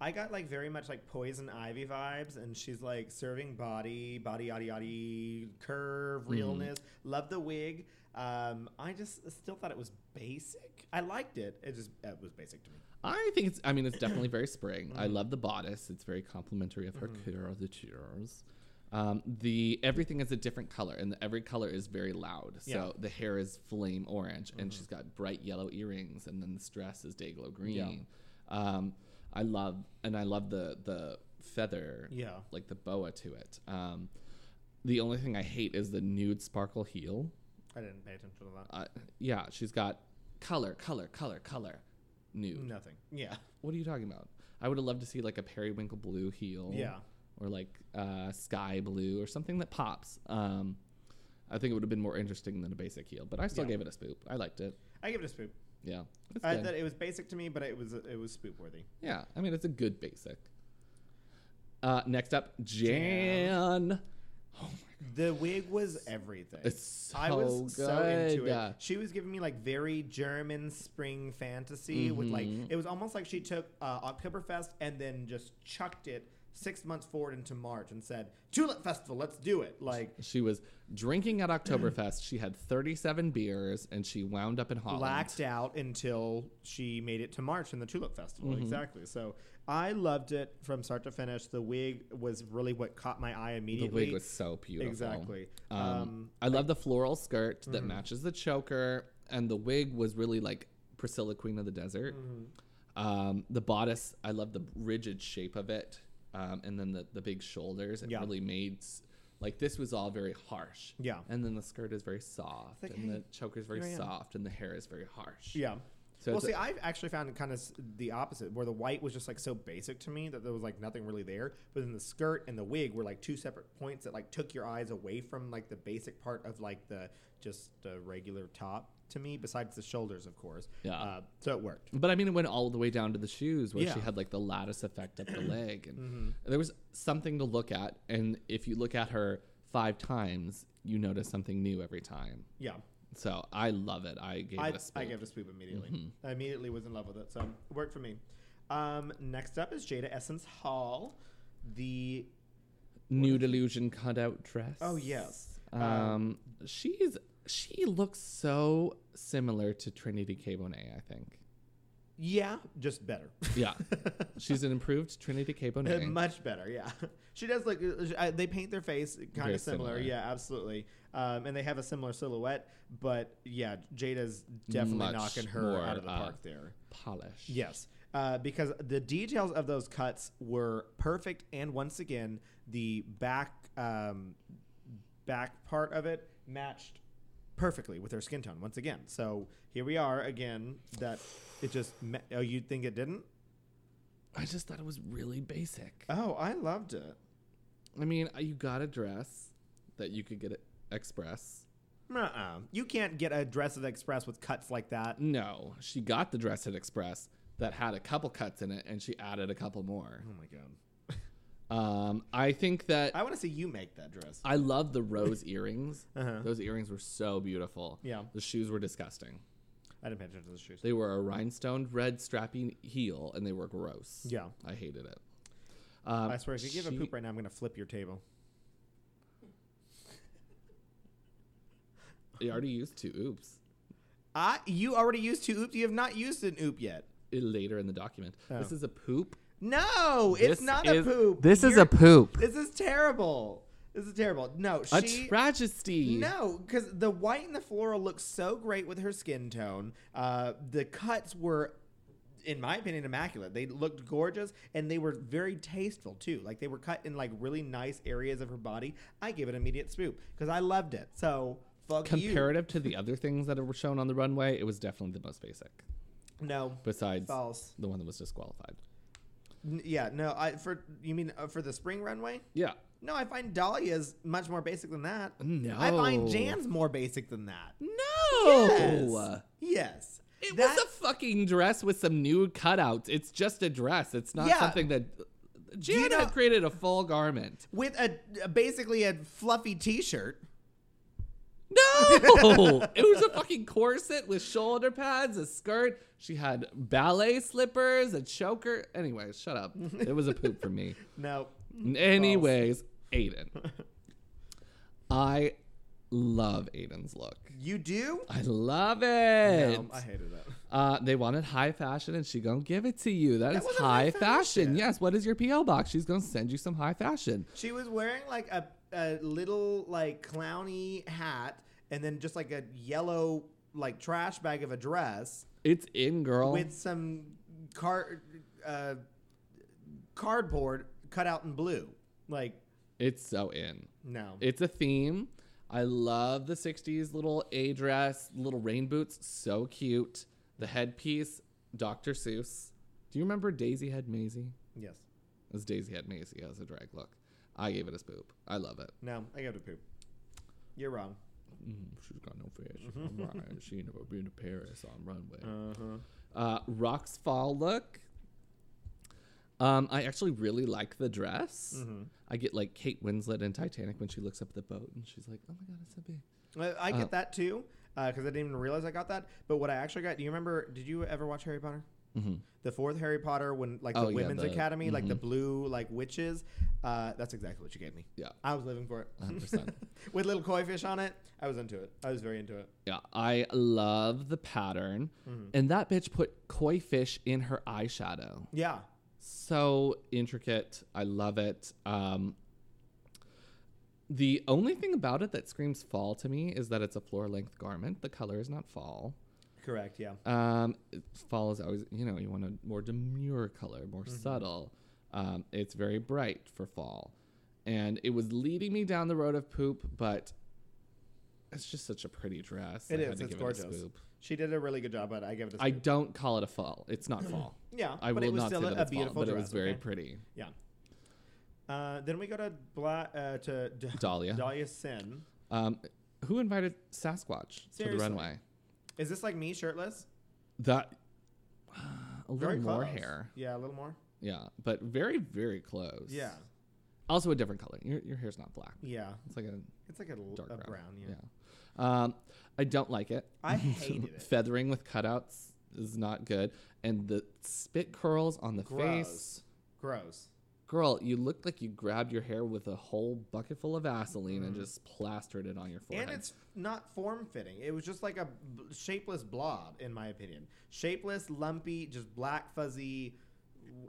I got like very much like poison ivy vibes, and she's like serving body, body, yada, yada, curve, realness. Love the wig. Um, I just still thought it was basic. I liked it. It just it was basic to me.
I think it's. I mean, it's definitely very spring. I love the bodice. It's very complimentary of her curvatures. Um, the everything is a different color, and every color is very loud.
Yeah.
So the hair is flame orange, and she's got bright yellow earrings, and then this dress is day glow green. Um, I love, and I love the the feather,
Yeah.
like the boa to it. Um, the only thing I hate is the nude sparkle heel.
I didn't pay attention to that.
Uh, yeah, she's got color, color, color, color, nude.
Nothing. Yeah.
What are you talking about? I would have loved to see like a periwinkle blue heel.
Yeah.
Or like uh, sky blue or something that pops. Um, I think it would have been more interesting than a basic heel, but I still
Yeah.
gave it a spoop. I liked it.
I give it a spoop.
Yeah. It's
I
good.
thought it was basic to me, but it was it was spoop worthy.
yeah. I mean, it's a good basic. Uh, next up, Jan.
The wig was everything.
It's so
I was so into
good.
it. She was giving me like very German spring fantasy with like
Mhm.
it was almost like she took uh, Oktoberfest and then just chucked it six months forward into March and said Tulip Festival, let's do it. Like
She was drinking at Oktoberfest. she had 37 beers and she wound up in Holland.
blacked out until she made it to March in the Tulip Festival.
Mm-hmm.
Exactly. So I loved it from start to finish. The wig was really what caught my eye
The
immediately.
wig was so beautiful.
Exactly. Mm-hmm.
Um,
Um,
I love the floral skirt that matches the choker, and the wig was really like Priscilla, Queen of the Desert.
Mm-hmm.
Um, the bodice, I love the rigid shape of it, um, and then the, the big shoulders. It
Yeah.
really made s- like this was all very harsh.
Yeah.
and then the skirt is very soft,
like,
and
hey,
the choker is
here I
very
am.
soft, and the hair is very harsh.
Yeah.
So
well,
it's a-
see, i I've actually found it kind of s- the opposite, where the white was just like so basic to me that there was like nothing really there. But then the skirt and the wig were like two separate points that like took your eyes away from like the basic part of like the just the regular top to me, besides the shoulders, of course.
Yeah.
Uh, so it worked.
But I mean, it went all the way down to the shoes where she
Yeah. Mm-hmm.
had like the lattice effect up the leg. And there was something to look at. And if you look at her five times, you notice something new every time.
Yeah.
So I love it. I gave
I,
it a Mm-hmm. spin.
I gave it a swoop immediately. I immediately was in love with it, so it worked for me. Um, next up is Jada Essence Hall. The
Nude illusion cutout dress.
oh yes,
Um, she's she looks so similar to Trinity K. Bonet, I think.
yeah, just better.
Yeah. she's an improved Trinity K.
Uh,
Bonet.
Much better, yeah. She does look. Uh, they paint their face kind
Very
of similar,
similar.
yeah, absolutely. Um, and they have a similar silhouette, but yeah, Jada's definitely
Much
knocking her
more,
out of the
uh,
park there.
Polish.
Yes, uh, because the details of those cuts were perfect, and once again, the back um, back part of it matched perfectly with her skin tone once again. So here we are again. That it just. ma- oh, you'd think it didn't.
I just thought it was really basic.
Oh, I loved it.
I mean, uh, you got a dress that you could get at Express.
Uh-uh. You can't get a dress at Express with cuts like that.
No, she got the dress at Express that had a couple cuts in it, and she added a couple more.
Oh my god.
Um, I think that
I want to see you make that dress.
I love the rose earrings.
Uh-huh.
Those earrings were so beautiful.
Yeah.
the shoes were disgusting.
I didn't pay attention to the shoes.
They were a rhinestone red strappy heel, and they were gross.
Yeah.
I hated it. Um,
I swear, if you give a
she-
poop right now, I'm going to flip your table.
I already used two oops
I, you already used two oop. You have not used an oop yet.
I- later in the document. This
Oh.
is a poop.
No, it's
This
not
is-
a poop.
This is
You're-
a poop.
This is terrible. This is terrible. No,
A
she.
tragedy.
No, because the white and the floral look so great with her skin tone. Uh, the cuts were, in my opinion, immaculate. They looked gorgeous and they were very tasteful too. Like they were cut in like really nice areas of her body. I gave it immediate swoop because I loved it. So fuck
comparative to the other things that were shown on the runway, it was definitely the most basic.
you. No,
Besides
false.
the one that was disqualified.
N- yeah, no. I for you mean uh, for the spring runway?
Yeah.
No, I find Dahlia's much more basic than that.
No.
I find Jan's more basic than that.
No.
Yes.
It
That-
was a fucking dress with some nude cutouts. It's just a dress. It's not
Yeah.
something that Jan
you know-
had created a full garment.
with a a- basically a fluffy T-shirt.
No, it was a fucking corset with shoulder pads, a skirt. She had ballet slippers, a choker. Anyway, shut up. It was a poop for me.
No,
Anyways, Aiden. I love Aiden's look.
you do.
I love it.
No, I hated that.
uh, they wanted high fashion, and she gonna give it to you. that is
wasn't
high
high
fashion.
fashion.
Yes. What is your PO box? She's gonna send you some high fashion.
She was wearing like a a little like clowny hat, and then just like a yellow like trash bag of a dress
It's in, girl.
with some car uh, cardboard cut out in blue. Like
it's so in.
no,
It's a theme. I love the 60s little A dress, little rain boots. So cute. The headpiece, Dr. Seuss. Do you remember Daisy Head Maisie?
Yes.
It was Daisy Head Maisie as a drag look. I gave it a spoop. I love it.
No, I gave it a poop. You're wrong.
Mm, she's got no face. She's got eyes. She ain't never been to Paris on runway.
Uh-huh.
uh, Rock's Fall look. Um, I actually really like the dress. I get like Kate Winslet in Titanic when she looks up at the boat and she's like, "Oh my god, it's so big."
Uh, I
Uh-huh.
get that too, because I didn't even realize I got that. But what I actually got, do you remember? Did you ever watch Harry Potter?
Mhm.
The fourth Harry Potter, when like the
Oh, yeah,
women's
the- mm-hmm.
academy, like the blue like witches, uh, that's exactly what you gave me.
Yeah,
I was living for it.
100%.
With little koi fish on it, I was into it. I was very into it.
yeah. I love the pattern, and that bitch put koi fish in her eyeshadow.
Yeah,
So intricate. I love it. Um, the only thing about it that screams fall to me is that it's a floor length garment. The color is not fall.
correct. Yeah,
Um, fall is always, you know, you want a more demure color, more
Mm-hmm.
subtle. Um, it's very bright for fall. And it was leading me down the road of poop, but it's just such a pretty dress.
it
I had to
is. It's
give it a
gorgeous.
spoop.
she did a really good job, but I give it. a
I
spoop.
don't call it a fall. It's not fall.
yeah,
I
but
will
it was
not say
still
that
a, a
it's fall,
beautiful
but
dress.
it was very
okay?
pretty.
Yeah. Uh, then we go to Bla- uh, to D-
Dahlia.
Dahlia Sin.
Um, who invited Sasquatch to the
Seriously.
runway?
Is this like me shirtless?
That a little
Very
more
close.
hair,
Yeah, a little more.
yeah, but very very close.
Yeah,
Also a different color. Your your hair's not black.
yeah.
It's like a
It's like a, l-
dark
a
brown.
brown. Yeah.
Yeah. Um, I don't like it.
I hated it.
Feathering with cutouts is not good. And the spit curls on the face.
Gross. Gross.
Girl, you looked like you grabbed your hair with a whole bucket full of Vaseline and just plastered it on your forehead.
Mm. And it's not form fitting. It was just like a b- shapeless blob, in my opinion. Shapeless, lumpy, just black, fuzzy.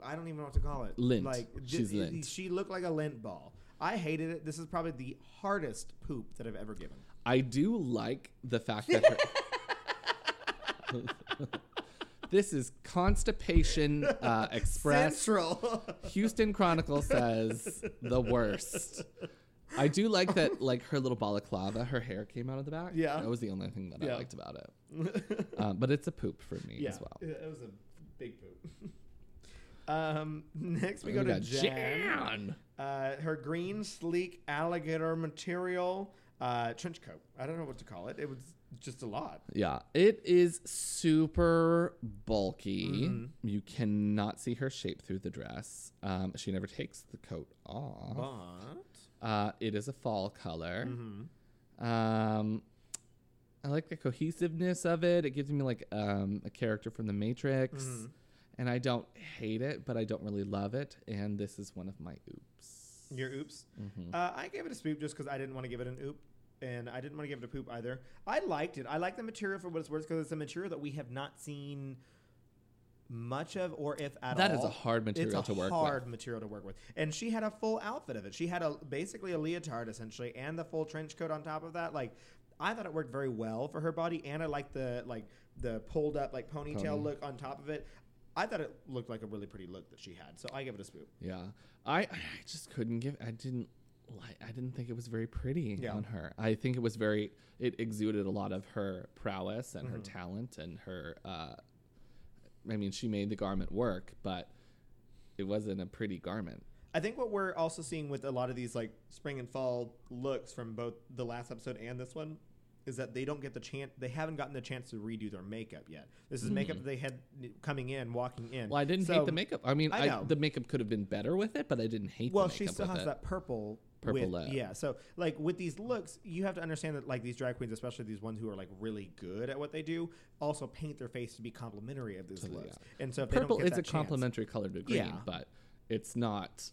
I don't even know what to call it.
Lint.
Like
She's
j-
lint.
She looked like a lint ball. I hated it. This is probably the hardest poop that I've ever given.
I do like the fact that her. this is constipation uh, express.
Central.
Houston Chronicle says the worst. I do like that, like her little balaclava, her hair came out of the back.
Yeah.
that was the only thing that
Yeah.
I liked about it. Um, but it's a poop for me
yeah,
as well.
it it was a big poop. um, next we go
We
to
got
Jan.
Jan.
Uh, her green sleek alligator material uh, trench coat. I don't know what to call it. It was just a lot.
Yeah, it is super bulky.
Mm-hmm.
You cannot see her shape through the dress. Um, she never takes the coat off.
But
Uh, it is a fall color. Um, I like the cohesiveness of it. It gives me like um, a character from The Matrix, and I don't hate it, but I don't really love it. And this is one of my oops.
your oops.
Mm-hmm.
Uh, I gave it a spoop just because I didn't want to give it an oop. And I didn't want to give it a poop either. I liked it. I like the material for what it's worth because it's a material that we have not seen much of, or if at all.
That is a hard material
it's a
to work with.
hard material to work with. And she had a full outfit of it. She had a basically a leotard essentially, and the full trench coat on top of that. Like, I thought it worked very well for her body, and I liked the like the pulled up like ponytail
Pony.
look on top of it. I thought it looked like a really pretty look that she had. So I give it a spoop.
Yeah, I I just couldn't give. I didn't like. I didn't think it was very pretty
Yeah.
on her. I think it was very. It exuded a lot of her prowess and her talent and her. Uh, I mean, she made the garment work, but it wasn't a pretty garment.
I think what we're also seeing with a lot of these like spring and fall looks from both the last episode and this one is that they don't get the chance they haven't gotten the chance to redo their makeup yet. This is makeup that they had coming in, walking in.
Hmm. Well, I didn't hate
So-
the makeup. I mean,
I
I
know.
the makeup could have been better with it, but I didn't hate.
Well,
the
she
makeup
still
with
has
it.
that purple.
Purple
with-
lip.
Yeah. So, like with these looks, you have to understand that like these drag queens, especially these ones who are like really good at what they do, also paint their face to be complimentary of these looks. And so, if
Purple
they don't
is
get
a
that chance-
complementary color to green,
Yeah.
but it's not.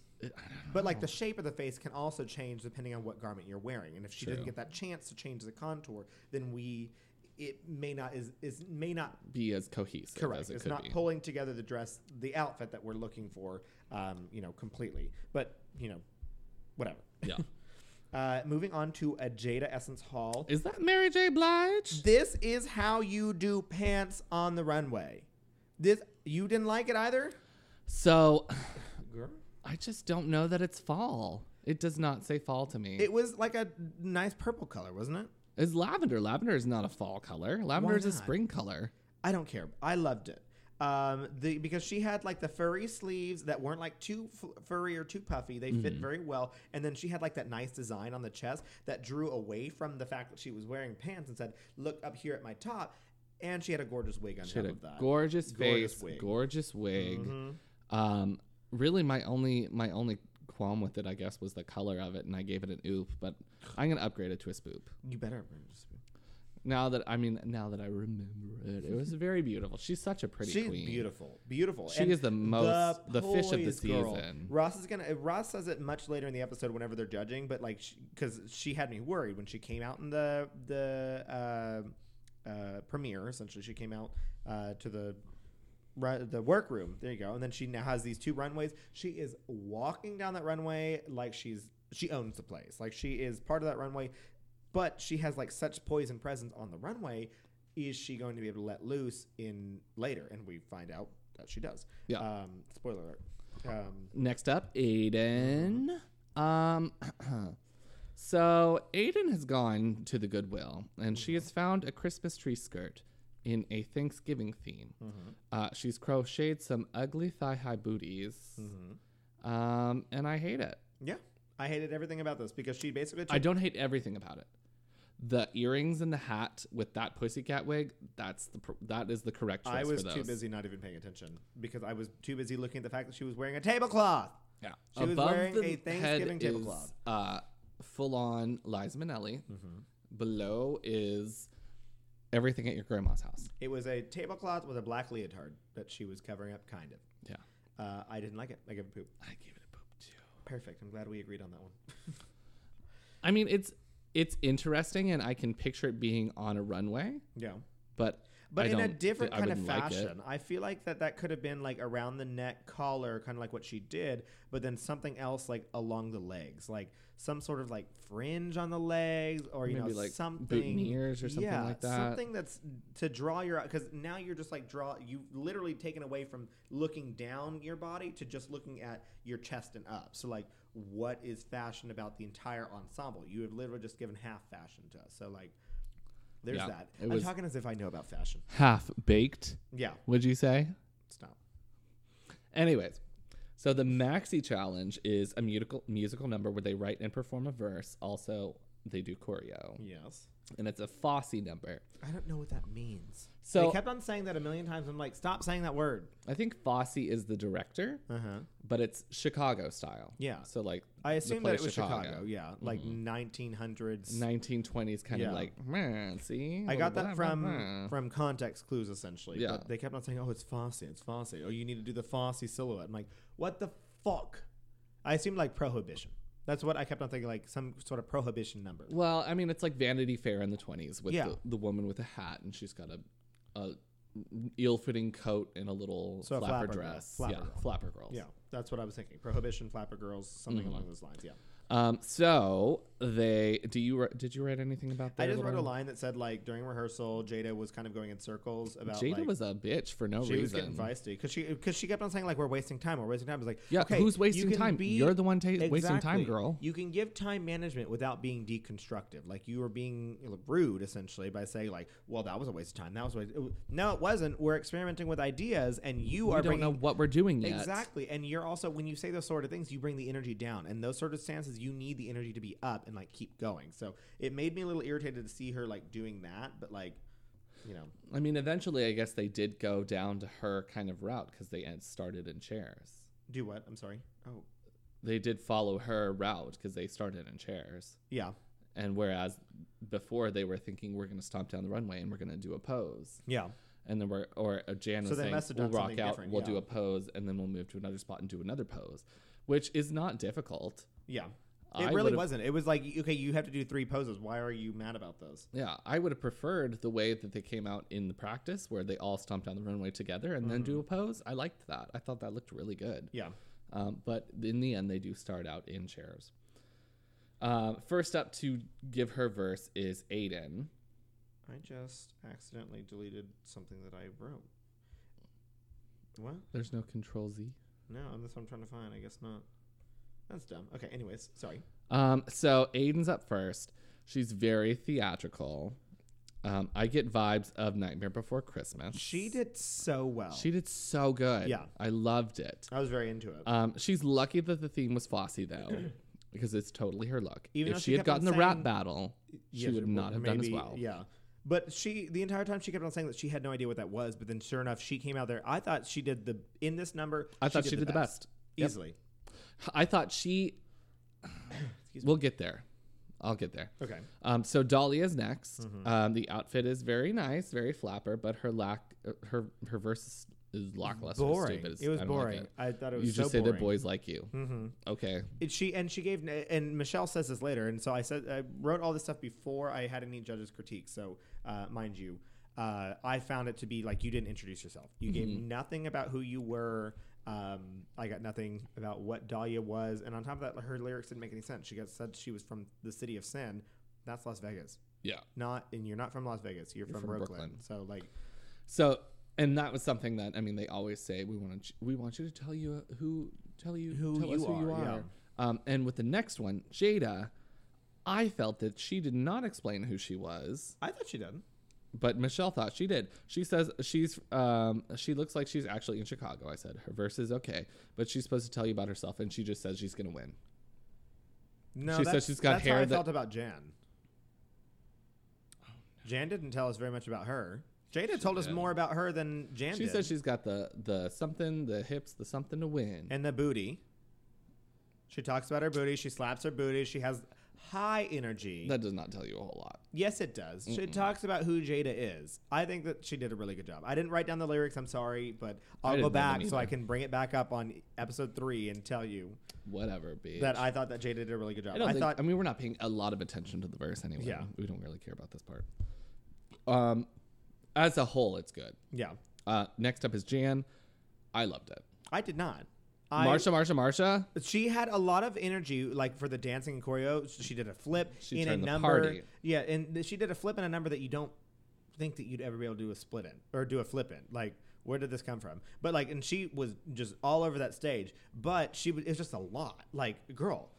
But
Hmm.
like the shape of the face can also change depending on what garment you're wearing. And if she doesn't
True.
get that chance to change the contour, then we it may not is is may not
Be as cohesive
correct.
as it
It's
could
not
be.
pulling together the dress, the outfit that we're looking for, um, you know, completely. But you know, whatever.
yeah,
Uh, moving on to a Jada Essence Hall.
is that Mary J. Blige?
This is how you do pants on the runway. This you didn't like it either?
So.
Girl.
I just don't know that it's fall. It does not say fall to me.
It was like a nice purple color, wasn't it?
it's lavender. Lavender is not a fall color. Lavender is a
not?
spring color.
I don't care. I loved it. Um, the because she had like the furry sleeves that weren't like too f- furry or too puffy. They fit
Mm-hmm.
very well. And then she had like that nice design on the chest that drew away from the fact that she was wearing pants and said, "Look up here at my top." And she had a gorgeous wig on
She
top
had a
of that.
gorgeous
Gorgeous
face,
wig.
gorgeous wig.
Mhm.
Um, really, my only my only qualm with it, I guess, was the color of it, and I gave it an oop. But I'm gonna upgrade it to a spoop.
You better.
Now that I mean, now that I remember it, it was very beautiful. She's such a pretty
She's
queen.
beautiful, beautiful.
She is the most- the fish of the
poise girl.
season.
Ross is gonna. Ross says it much later in the episode whenever they're judging, but like because she, had me worried when she came out in the the uh, uh, premiere. Essentially, she came out uh, to the ru- the workroom. There you go. And then she now has these two runways. She is walking down that runway like she's she owns the place. Like she is part of that runway, but she has like such poise and presence on the runway. Is she going to be able to let loose in later? And we find out that she does.
Yeah.
Um, spoiler alert. Um,
Next up, Aiden. Um, so Aiden has gone to the Goodwill and she has found a Christmas tree skirt in a Thanksgiving theme.
Mm-hmm.
Uh, she's crocheted some ugly thigh high booties.
Mm-hmm.
Um, and I hate it.
yeah. I hated everything about this because she basically.
I don't hate everything about it. The earrings and the hat with that pussycat wig, that's the pr- that is the correct choice
I was
for those.
too busy not even paying attention because I was too busy looking at the fact that she was wearing a tablecloth.
Yeah.
She was wearing a Thanksgiving tablecloth.
Is, uh, full on Liza Minnelli.
Mm-hmm.
Below is everything at your grandma's house.
It was a tablecloth with a black leotard that she was covering up, kind of.
Yeah.
Uh, I didn't like it. I gave it poop.
I gave it a poop too.
Perfect. I'm glad we agreed on that one.
I mean, it's it's interesting, and I can picture it being on a runway,
Yeah.
but
But
I
in a
don't thi-
different
I
kind of
wouldn't like it.
fashion. I feel like that that could have been like around the neck collar, kind of like what she did, but then something else like along the legs, like some sort of like fringe on the legs, or you
Maybe,
know
like,
something
boutonnieres or something
yeah,
like that.
Something that's to draw your because now you're just like draw. You've literally taken away from looking down your body to just looking at your chest and up. So like, what is fashion about the entire ensemble? You have literally just given half fashion to us. So like. There's
Yeah,
that.
it
I'm
was-
talking as if I know about fashion.
half baked.
Yeah,
Would you say?
stop.
Anyways, so the maxi challenge is a musical musical number where they write and perform a verse. Also, they do choreo,
Yes.
and it's a Fosse number.
I don't know what that means. So
So-
they kept on saying that a million times. I'm like, stop saying that word.
I think Fosse is the director,
Uh huh.
but it's Chicago style.
Yeah.
So like
I
the
assume that
place
it was Chicago. Mm-hmm. Yeah, like 1900s.
1920s kind
Yeah.
of like man, see.
I got
blah,
that
blah,
from
blah."
from context clues essentially.
Yeah.
But they kept on saying, "Oh, it's Fosse. It's Fosse. Oh, you need to do the Fosse silhouette." I'm like, "What the fuck?" I assumed like prohibition. That's what I kept on thinking, like some sort of prohibition number.
Well, I mean, it's like Vanity Fair in the 20s with
Yeah.
the, the woman with a hat and she's got a, a ill-fitting coat and a little
So a
flapper,
flapper girl.
dress.
Flapper
yeah,
girl.
flapper girls.
Yeah, that's what I was thinking. Prohibition, flapper girls, something along those lines. Yeah.
Um, so they do you wri- did you write anything about that?
I just wrote a line that said like during rehearsal, Jada was kind of going in circles about
Jada
like,
was a bitch for no
she was
reason.
getting feisty because she because she kept on saying like we're wasting time, we're wasting time. It's like
yeah,
okay,
who's
you
wasting
can
time?
be-
You're the one ta- wasting
Exactly.
time, girl.
You can give time management without being deconstructive. Like you were being rude essentially by saying like, well, that was a waste of time. That was a waste. no, it wasn't. We're experimenting with ideas, and you
We
are
don't
bringing
know what we're doing yet.
Exactly. And you're also when you say those sort of things, you bring the energy down. And those sort of stances, you need the energy to be up and like keep going. So it made me a little irritated to see her like doing that, but like, you know,
I mean, eventually, I guess they did go down to her kind of route because they had started in chairs.
do what? I'm sorry. Oh.
They did follow her route because they started in chairs.
Yeah.
And whereas before they were thinking we're going to stomp down the runway and we're going to do a pose,
Yeah.
and then we're or uh, Jan
So
was
they
saying
must have
we'll
done
rock
something
out,
different,
we'll do
yeah.
a pose, and then we'll move to another spot and do another pose, which is not difficult.
Yeah.
I
It really
would've-
wasn't. It was like, okay, you have to do three poses. Why are you mad about those?
Yeah, I would have preferred the way that they came out in the practice, where they all stomp down the runway together and
Mm-hmm.
then do a pose. I liked that. I thought that looked really good.
Yeah.
Um, but in the end, they do start out in chairs. Um, first up to give her verse is Aiden.
I just accidentally deleted something that I wrote. What?
There's no control Z.
No, I'm that's what I'm trying to find. I guess not. That's dumb. Okay, anyways, sorry.
Um, so Aiden's up first. She's very theatrical. Um, I get vibes of Nightmare Before Christmas.
She did so well.
She did so good.
Yeah.
I loved it.
I was very into it.
Um, she's lucky that the theme was Flossie though, because it's totally her look.
Even
if
though
she,
she
had
kept on
gotten the rap
saying-
battle, she
Yes,
would
well,
not have done as
maybe-
well.
Yeah. But she, the entire time, she kept on saying that she had no idea what that was. But then, sure enough, she came out there. I thought she did the in this number.
I thought she did the best. Yep.
easily.
I thought she.
Excuse
we'll get there. I'll get there.
Okay. Mm-hmm.
Um, so Dolly is next. Um, the outfit is very nice, very flapper, but her lack, uh, her her verse is, is lackluster. and
Boring.
Stupid. It's-
It was
I don't like
boring.
it.
I thought it was.
You
so
just say
boring. Mm-hmm.
that boys like you. Okay.
And she and she gave and Michelle says this later, and so I said I wrote all this stuff before I had any judges' critique. So, uh, mind you, uh, I found it to be like you didn't introduce yourself. You gave
Mm-hmm.
nothing about who you were. Um, I got nothing about what Dahlia was, and on top of that, her lyrics didn't make any sense. She got said she was from the city of sin. That's Las Vegas,
Yeah.
not and you're not from Las Vegas. You're, from,
from
Brooklyn.
Brooklyn.
So like,
So, and that was something that I mean, they always say we want to we want you to tell you uh, who tell you
Who
tell us
you
who you
are,
are.
yeah.
Um, and with the next one, Jada, I felt that she did not explain who she was,
I thought she did.
but Michelle thought she did. She says she's um, she looks like she's actually in Chicago. I said her verse is okay, but she's supposed to tell you about herself, and she just says she's gonna win.
No,
She said
that's,
she's got
that's
hair
how I
that-
felt about Jan. Jan didn't tell us very much about her. Jada told us
did.
more about her than Jan
She
did.
says she's got the the something, the hips, the something to win.
and the booty. She talks about her booty. She slaps her booty. She has high energy.
that does not tell you a whole lot.
yes, it does. She talks about who Jada is. I think that she did a really good job. I didn't write down the lyrics. I'm sorry, but I'll
didn't
go
know them
back so I
either.
can bring it back up on episode three and tell you
Whatever, bitch.
that I thought that Jada did a really good job.
I
I,
don't think,
thought
I mean, we're not paying a lot of attention to the verse anyway.
Yeah.
We don't really care about this part. Um, as a whole, it's good.
yeah,
Uh, next up is Jan. I loved it.
I did not. I,
Marsha, Marsha, Marsha.
She had a lot of energy, like for the dancing and choreo. She did a flip
She
in a
turned the
number.
party.
Yeah, and th- she did a flip in a number that you don't think that you'd ever be able to do a split in or do a flip in. Like, where did this come from? But like, and she was just all over that stage. But she was, it was just a lot. Like, girl,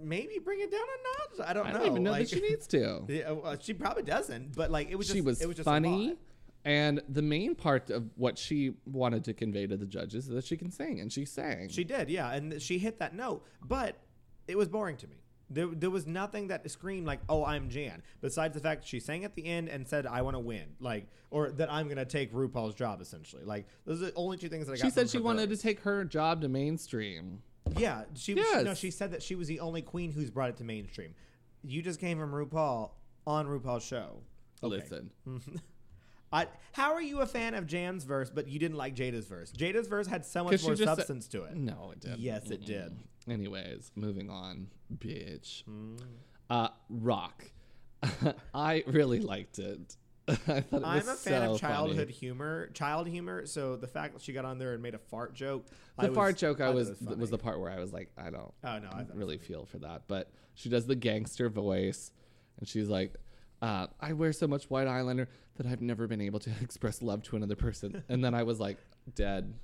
maybe bring it down a notch. I don't
I
know.
don't even know
like,
that she needs to.
Yeah, well, she probably doesn't. But like, it was just
she was,
it was just a
funny.
lot.
And the main part of what she wanted to convey to the judges is that she can sing, and she sang.
She did, yeah, and she hit that note, but it was boring to me. There, there was nothing that screamed like, "Oh, I'm Jan." Besides the fact she sang at the end and said, "I want to win," like, or that I'm gonna take RuPaul's job, essentially. Like, those are the only two things that I got.
She said
from
she
her
wanted to
verse.
take her job to mainstream.
Yeah, she.
Yes.
No, she said that she was the only queen who's brought it to mainstream. You just came from RuPaul on RuPaul's show. Okay.
Listen,
I, how are you a fan of Jan's verse, but you didn't like Jada's verse? Jada's verse had so much
Because she
more
just said-
substance to it.
no, it didn't.
Yes, it did.
Anyways, moving on, bitch.
Hmm.
Uh, rock. I really liked it. I thought it
I'm
was
a fan
so
of childhood
funny.
humor, child humor. So the fact that she got on there and made a fart joke,
The
I
fart joke I
thought
was
it
was,
funny.
the part where I was like, I don't
Oh, no, I thought it was
really feel for that. But she does the gangster voice, and she's like, uh, "I wear so much white eyeliner that I've never been able to express love to another person." And then I was like, dead.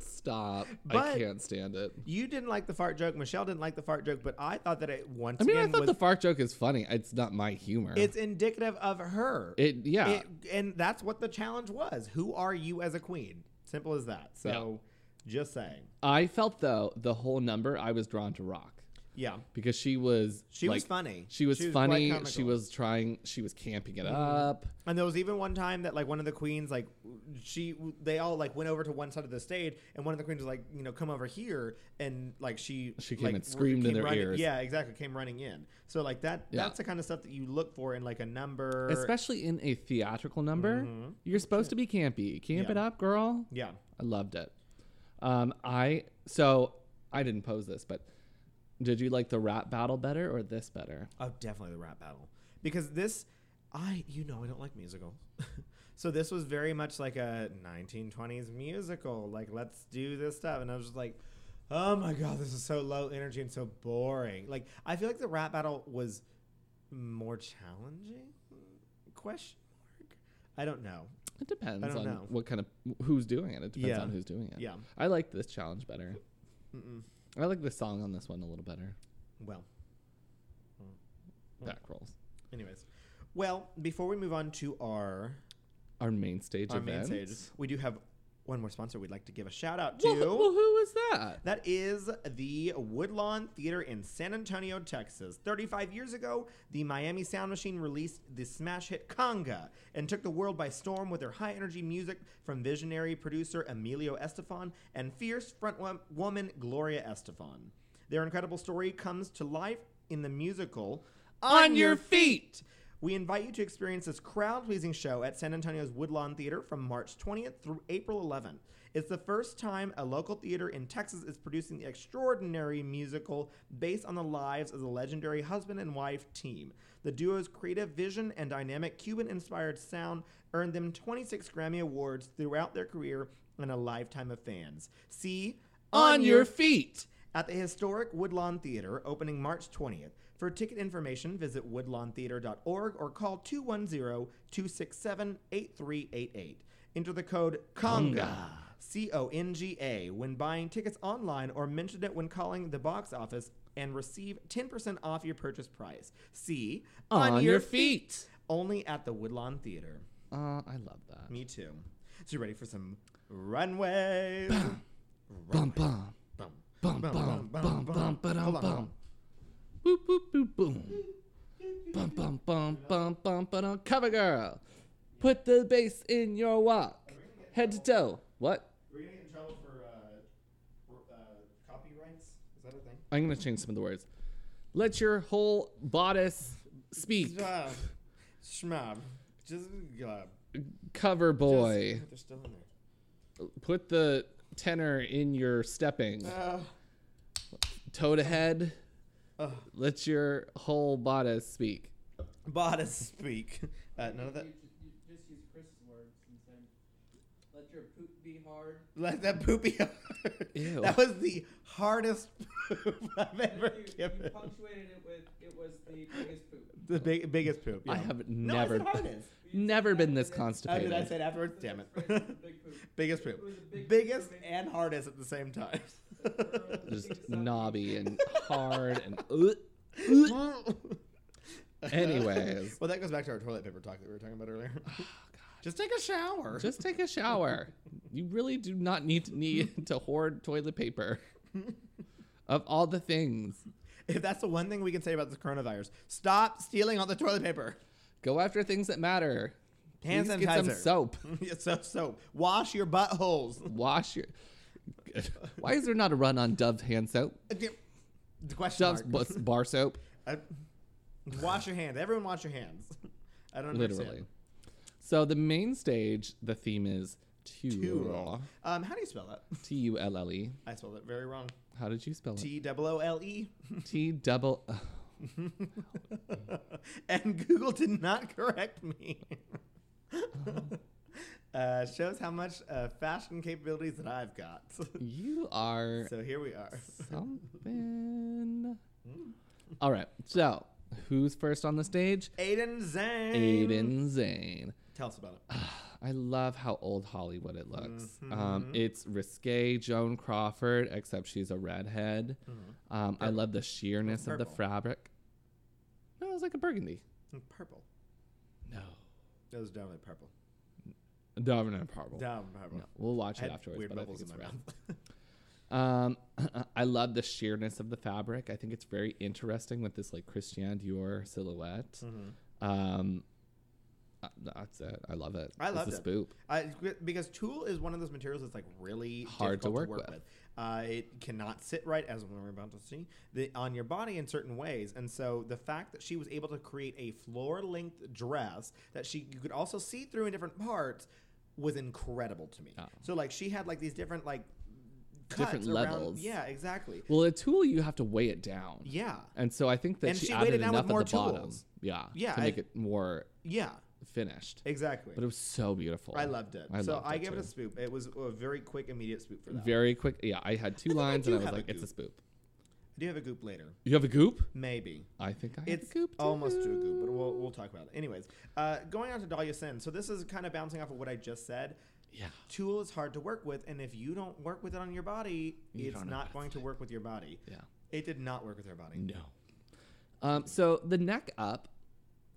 Stop!
But-
I can't stand it.
You didn't like the fart joke. Michelle didn't like the fart joke, but I thought that it once
I mean, I
again
thought
was
the fart joke is funny. It's not my humor.
it's indicative of her.
it yeah.
It- and that's what the challenge was. Who are you as a queen? Simple as that. So, just saying.
I felt though the whole number I was drawn to rock
Yeah,
because she was
she was
like,
funny.
She was,
quite
funny. She
comical. Mm-hmm.
was trying. She was camping it up.
And there was even one time that like one of the queens like she they all like went over to one side of the stage and one of the queens was like you know come over here and like she
She came
like,
and screamed in their
running-
ears.
yeah exactly came running in so like that
Yeah.
that's the kind of stuff that you look for in like a number
Especially in a theatrical number, you're supposed to be campy. Camp
Yeah.
it up, girl.
yeah
I loved it. Um, I so I didn't pose this, but did you like the rap battle better or this better?
oh definitely the rap battle because this I you know I don't like musicals so this was very much like a 1920s musical like let's do this stuff and I was just like. Oh my god, this is so low energy and so boring. Like I feel like the rap battle was more challenging? Question mark. I don't know.
It depends
don't
on
know.
what kind of who's doing it. It depends
Yeah.
on who's doing it.
Yeah.
I liked this challenge better.
Mm-mm.
I like the song on this one a little better.
Well,
Back rolls.
anyways, Well, before we move on to our,
Our main stage
our main
event.
stage, we do have one more sponsor we'd like to give a shout out to.
Well, who- well, who is that?
That is the Woodlawn Theater in San Antonio, Texas. 35 years ago, the Miami Sound Machine released the smash hit Conga and took the world by storm with their high energy music from visionary producer Emilio Estefan and fierce front wo- woman Gloria Estefan. Their incredible story comes to life in the musical
On Your Feet.
we invite you to experience this crowd pleasing show at San Antonio's Woodlawn Theater from March 20th through April 11th. It's the first time a local theater in Texas is producing the extraordinary musical based on the lives of the legendary husband and wife team. The duo's creative vision and dynamic Cuban inspired sound earned them 26 Grammy Awards throughout their career and a lifetime of fans. See
On your feet.
at the historic Woodlawn Theater, opening March 20th. For ticket information, visit woodlawntheater.org or call 210 267 8388. Enter the code CONGA, C O N G A, when buying tickets online or mention it when calling the box office and receive 10% off your purchase price. See,
On your feet.
Only at the Woodlawn Theater.
Uh, I love that.
Me too. So, you ready for some runways?
Bum bum.
Bum,
Bum bum bum bum bum bum. Boop boop boop boom. Bum bum bum bum bum bum. Cover girl. Put the bass in your walk. Head to toe. What?
We're gonna get in trouble for uh, r- uh, copyrights. Is that a thing?
I'm gonna change some of the words. Let your whole bodice speak.
Schmab. Schmab. Just glob.
Cover boy.
They're still in there.
Put the tenor in your stepping.
Uh,
Toe to head.
Ugh.
Let your whole bodice speak.
bodice speak. Uh, none of that.
You, ju- you just use Chris's words and say, let your poop be hard.
Let that poopy.
Ew.
That was the hardest poop I've ever
You, you
given.
punctuated it with, it was the biggest poop.
The big, biggest poop.
I
yeah.
have
No, I
never,
said hardest.
never been this
Oh,
constipated.
did I say it afterwards? Damn
Phrase
it.
was the big poop.
biggest
It
poop.
was a big
Biggest
poop.
and hardest at the same time.
just knobby and hard and Ugh. Ugh. Anyways. Oh,
well, that goes back to our toilet paper talk that we were talking about earlier. Just take a shower.
just take a shower. You really do not need to need to hoard toilet paper. Of all the things,
if that's the one thing we can say about this coronavirus, stop stealing all the toilet paper.
go after things that matter.
Hand
Please Get some
sanitizer.
soap.
Yes, so soap. Wash your buttholes.
Wash your. Why is there not a run on Dove's hand soap?
The question
Dove's
mark.
bus- bar soap,
Uh, wash your hands. Everyone, wash your hands. I don't
literally.
understand.
So the main stage, the theme is Tulle.
Tulle. Um, how do you spell that?
T U L L E.
I spelled it very wrong.
How did you spell it?
T O O L E.
T double. uh,
and Google did not correct me. uh, shows how much uh, fashion capabilities that I've got.
You are
so here we are.
something.
Hmm?
All right. So, who's first on the stage?
Aiden Zane.
Aiden Zane.
Tell us about it.
I love how old Hollywood it looks. Um,
Mm-hmm.
it's risque Joan Crawford, except she's a redhead. Um, I love the sheerness of the
Mm-hmm. Purple.
fabric. No, it's like a burgundy.
Purple.
No,
That was definitely purple.
dominant purple.
Down purple.
No, we'll watch
I
it
had
afterwards.
weird
but I
bubbles in
think
my
it's red.
mouth.
Um, I love the sheerness of the fabric. I think it's very interesting with this like Christian Dior silhouette. Um, uh, that's it. I love it.
Mm-hmm. I
It's
loved
a
it.
spoop.
I, Uh, because tulle is one of those materials that's like really
Hard to
difficult
work with.
Uh, it cannot sit right, as we're about to see, the, on your body in certain ways. And so the fact that she was able to create a floor length dress that she you could also see through in different parts was incredible to me. So like she had like these different like cuts
Oh. Different
around-
levels.
Yeah, exactly.
Well, a tool you have to weigh it down.
Yeah,
And so I think that
And
she,
she weighed
added
it down with
enough
more
at the bottom.
tools.
Yeah.
Yeah,
To make
I-
it more
yeah,
finished.
exactly.
But it was so beautiful.
I loved it.
I
so
loved
I
it
gave it a
too.
spoop. It was a very quick, immediate spoop for that. one.
Very quick. Yeah, I had two
I
lines
do
and I was
have a
like, it's a spoop.
I do have a goop later,
You have a goop?
maybe.
I think I
It's
have a goop. Too.
almost to a goop, but we'll, we'll talk about it. Anyways, uh, going on to Dahlia Sin. So this is kind of bouncing off of what I just said.
Yeah.
Tool is hard to work with, and if you don't work with it on your body,
You
it's
don't know
not
what's
going to work with your body.
Yeah.
It did not work with her body.
No. Um, so the neck up,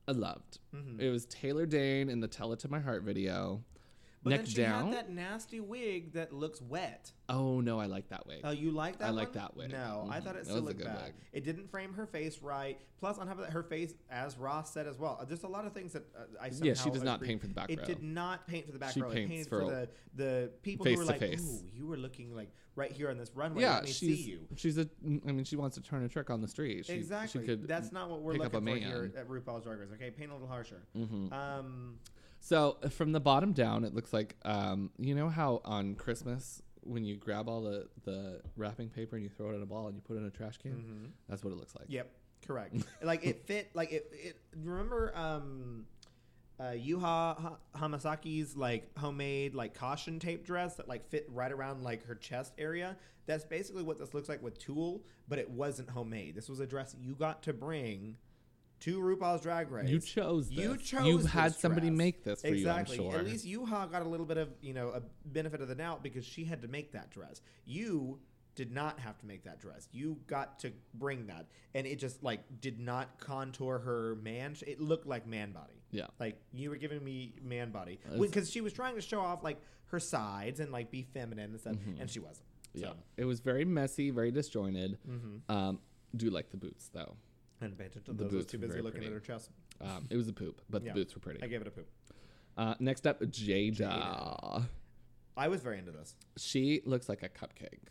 I loved.
Mm-hmm.
It was Taylor Dane in the "Tell It to My Heart" video.
But
Neck
then she
down.
had that nasty wig that looks wet.
Oh no, I like that wig.
Oh, you like
I
that?
like
one?
that wig.
No, I thought
Mhm. That
it still
was a
looked
good
bad.
wig.
It didn't frame her face right. Plus, on top of that, her face, as Ross said as well, uh, there's a lot of things that uh, I somehow
yeah, she does not
agree-
paint for the back
It
row.
did not paint for the back
She
row. It
paints
painted
for
for,
a-
the the people
face
who were
to
like,
face.
"Ooh, you were looking like right here on this runway.
yeah,
Let me see
she's
you."
she's a. I mean, she wants to turn a trick on the street. She,
exactly.
She could,
That's not what we're
pick up
looking for
a
here
man. Mm-hmm.
at RuPaul's Drag Race. Okay, paint a little harsher. Um,
So uh, from the bottom down, it looks like um, you know how on Christmas when you grab all the the wrapping paper and you throw it in a ball and you put it in a trash can.
Mm-hmm.
That's what it looks like.
Yep, correct. like it fit. Like it. it remember, um, uh, Yuha Ha- Hamasaki's like homemade like caution tape dress that like fit right around like her chest area. That's basically what this looks like with tulle, but it wasn't homemade. This was a dress you got to bring to RuPaul's Drag Race.
You chose.
You
this.
chose.
You had
this
somebody
dress.
make this for
exactly.
you. I'm sure.
At least Yuha got a little bit of you know a benefit of the doubt because she had to make that dress. You did not have to make that dress. You got to bring that, and it just like did not contour her man. sh- It looked like man body.
Yeah.
Like you were giving me man body
It's-
because she was trying to show off like her sides and like be feminine and stuff, and she wasn't. So.
Mm-hmm. Yeah. It was very messy, very disjointed.
Mm-hmm.
Um, do like the boots though.
And Banta
The
was
boots
too
were
busy
very
looking at
pretty.
her chest.
Um, it was a poop, but
Yeah.
the boots were
I
pretty.
gave it a poop.
Uh, next up, Jada.
I was very into this.
She looks like a cupcake.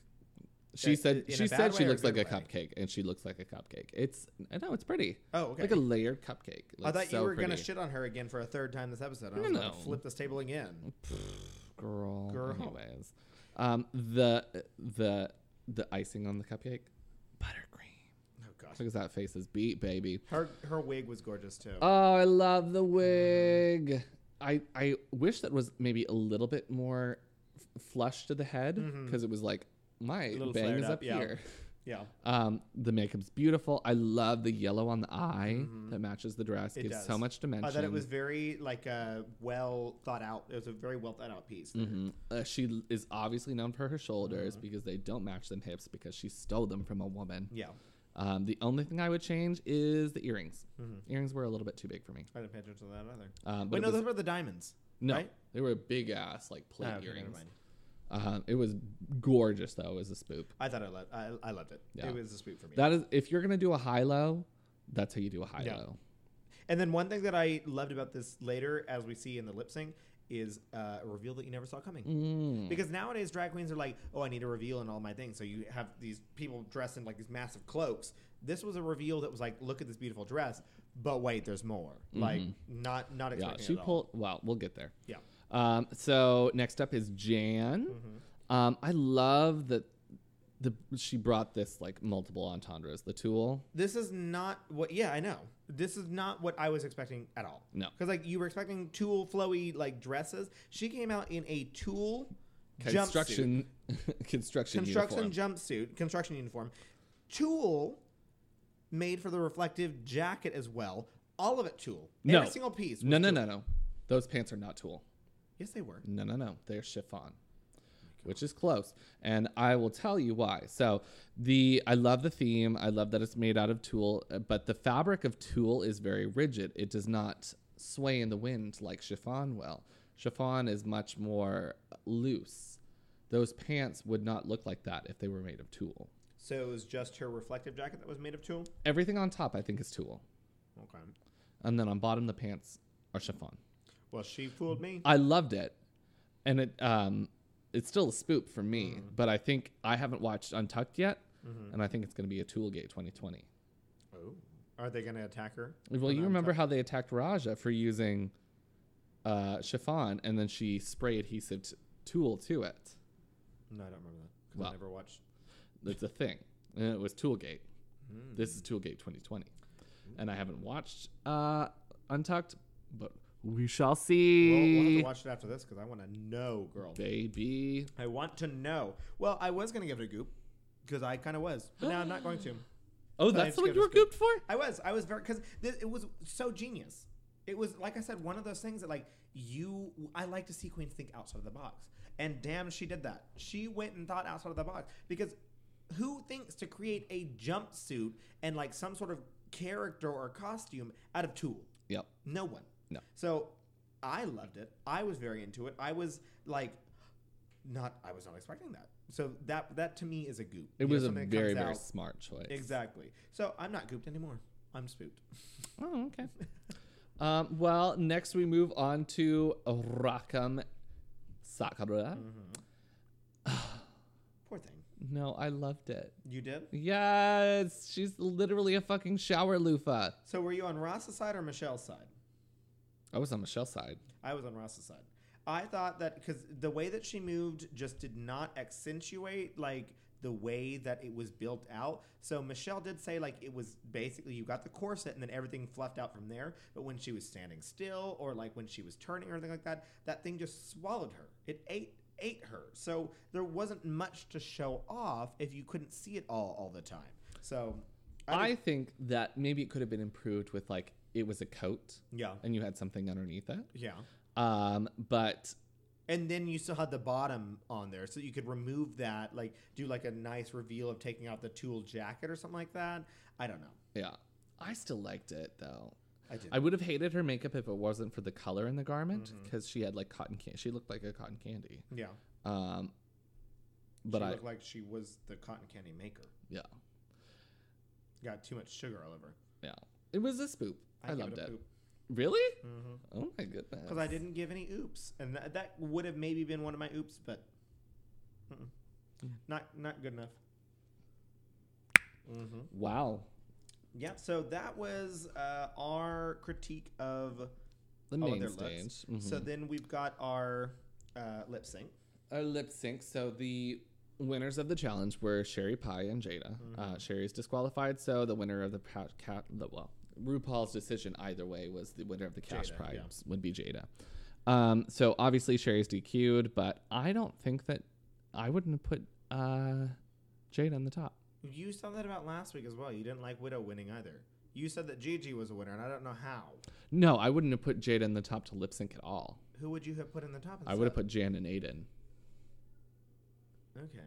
She
Okay,
said
in a
she
bad
said
way
she
or a
looks like
good
a
way?
cupcake, and she looks like a cupcake. It's I know it's pretty.
Oh, okay.
Like a layered cupcake.
I
Looks
thought
so
you were gonna
pretty.
shit on her again for a third time this episode. I
No,
was gonna
no. Oh,
flip this table again.
girl.
Girl.
Anyways, um, the the the icing on the cupcake, buttercream.
Oh gosh,
Look at that face is beat, baby.
her her wig was gorgeous too.
Oh, I love the wig. I I wish that was maybe a little bit more f- flush to the head because it was like my
Mm-hmm. little
bang
flared
is
up,
up,
yeah.
here.
yeah,
Um, the makeup's beautiful. I love the yellow on the eye that matches the dress.
Mm-hmm. It
gives
does.
so much dimension.
I thought it was very like uh, well thought out. It was a very well thought out piece.
Mhm. Uh, she l- is obviously known for her shoulders
Mm-hmm.
because they don't match them hips because she stole them from a woman.
Yeah,
Um, the only thing I would change is the earrings. Earrings were a little bit too big for me.
I didn't pay attention to that either.
Um,
Mm-hmm. Wait,
but it
no,
was-
those were the diamonds.
no,
right?
they were big ass like plate
Ah, okay, never
earrings.
mind.
Um, it was gorgeous though as a spoop.
I thought I loved. I, I loved it.
Yeah.
It was a sweet for me.
That is, if you're gonna do a high low, that's how you do a high
Yeah.
low.
and then one thing that I loved about this later, as we see in the lip sync, is uh, a reveal that you never saw coming.
Mm.
Because nowadays drag queens are like, oh, I need a reveal and all my things. So you have these people dressed in like these massive cloaks. This was a reveal that was like, look at this beautiful dress, but wait, there's more. Like not not
Mm-hmm. Yeah,
expecting
she
it at all.
pulled. Well, we'll get there.
Yeah,
Um, so next up is Jan.
Mm-hmm.
Um, I love that the she brought this like multiple entendres. The tool.
this is not what. Yeah, I know. This is not what I was expecting at all.
No.
because like you were expecting tulle flowy like dresses. She came out in a tulle jumpsuit.
Construction, construction,
construction
uniform.
jumpsuit, construction uniform, tulle made for the reflective jacket as well. All of it tulle.
No.
Every single piece. was
no, no,
tulle.
no, no. Those pants are not tulle.
Yes, they were.
No, no, no. They're chiffon, which is close. And I will tell you why. So the I love the theme. I love that it's made out of tulle, uh, but the fabric of tulle is very rigid. It does not sway in the wind like chiffon will. Chiffon is much more loose. Those pants would not look like that if they were made of tulle.
So it was just her reflective jacket that was made of tulle.
Everything on top, I think, is tulle,
Okay.
and then on bottom, the pants are chiffon.
Well, she fooled me.
I loved it, and it um, it's still a spoop for me.
Mm-hmm.
But I think I haven't watched Untucked yet, and I think it's going to be a Toolgate 2020.
Oh. Are they going to attack her?
Well, you remember how they attacked Raja for using uh, chiffon, and then she spray adhesive t- tool to it.
No, I don't remember that. 'cause
Well.
I never watched.
That's a thing, and it was Toolgate.
Mm.
This is Toolgate 2020, and I haven't watched uh, Untucked, but we shall
Well, we'll have
see.
to watch it after this because I want to know, girl.
Baby,
I want to know. Well, I was going to give it a goop because I kind of was, but now I'm not going to.
oh,
But I
that's
just
what
give
you
it
were
a scoop.
gooped for.
I was. I was very because it was so genius. It was like I said, one of those things that like you. I like to see queens think outside of the box, and damn, she did that. She went and thought outside of the box because who thinks to create a jumpsuit and like some sort of character or costume out of tulle?
Yep.
No one.
No.
So I loved it. I was very into it. I was like, not. I was not expecting that. So that that to me is a goop.
It
You know,
was a
something that
very,
comes
very
out-
smart choice.
exactly. So I'm not gooped anymore. I'm spooked.
Oh, okay. um, well, next we move on to Rakam Sakura.
Mm-hmm. Poor thing.
No, I loved it.
You did.
Yes, she's literally a fucking shower loofah.
So were you on Ross's side or Michelle's side?
I was on Michelle's side.
I was on Ross's side. I thought that because the way that she moved just did not accentuate like the way that it was built out. So Michelle did say like it was basically you got the corset and then everything fluffed out from there. But when she was standing still or like when she was turning or anything like that, that thing just swallowed her. It ate ate her. So there wasn't much to show off if you couldn't see it all all the time. So
I,
did-
think that maybe it could have been improved with like it was a coat
yeah
and you had something underneath it.
yeah.
Um, but
And then you still had the bottom on there, so you could remove that, like do like a nice reveal of taking out the tulle jacket or something like that. I don't know.
yeah, I still liked it though.
I did.
I would have hated her makeup if it wasn't for the color in the garment
Mm-hmm.
because she had like cotton candy. She looked like a cotton candy.
yeah,
Um, but
she
I
looked like she was the cotton candy maker.
yeah
Got too much sugar all over.
yeah it was a spoop. I,
give
loved
a
it.
poop.
Really?
Mhm.
Oh my goodness.
Because I didn't give any oops, and that that would have maybe been one of my oops, but mm-mm.
Mm.
not not good enough. Mm-hmm.
Wow.
Yeah. So that was uh, our critique of
The
all
main
of Oh, their
stage.
looks.
Mhm.
So then we've got our uh, lip sync.
a lip sync. So the winners of the challenge were Sherry Pie and Jada.
Mm-hmm.
Uh, Sherry's disqualified, so the winner of the pa- cat, the, well, RuPaul's decision either way was the winner of the cash
Jada,
prize
yeah.
would be Jada. Um, so obviously Sherry's DQ'd, but I don't think that I wouldn't have put uh, Jada on the top.
You said that about last week as well. You didn't like Widow winning either. You said that Gigi was a winner, and I don't know how.
No, I wouldn't have put Jada in the top to lip sync at all.
Who would you have put in the top?
I would have put Jan and Aiden.
put. Okay.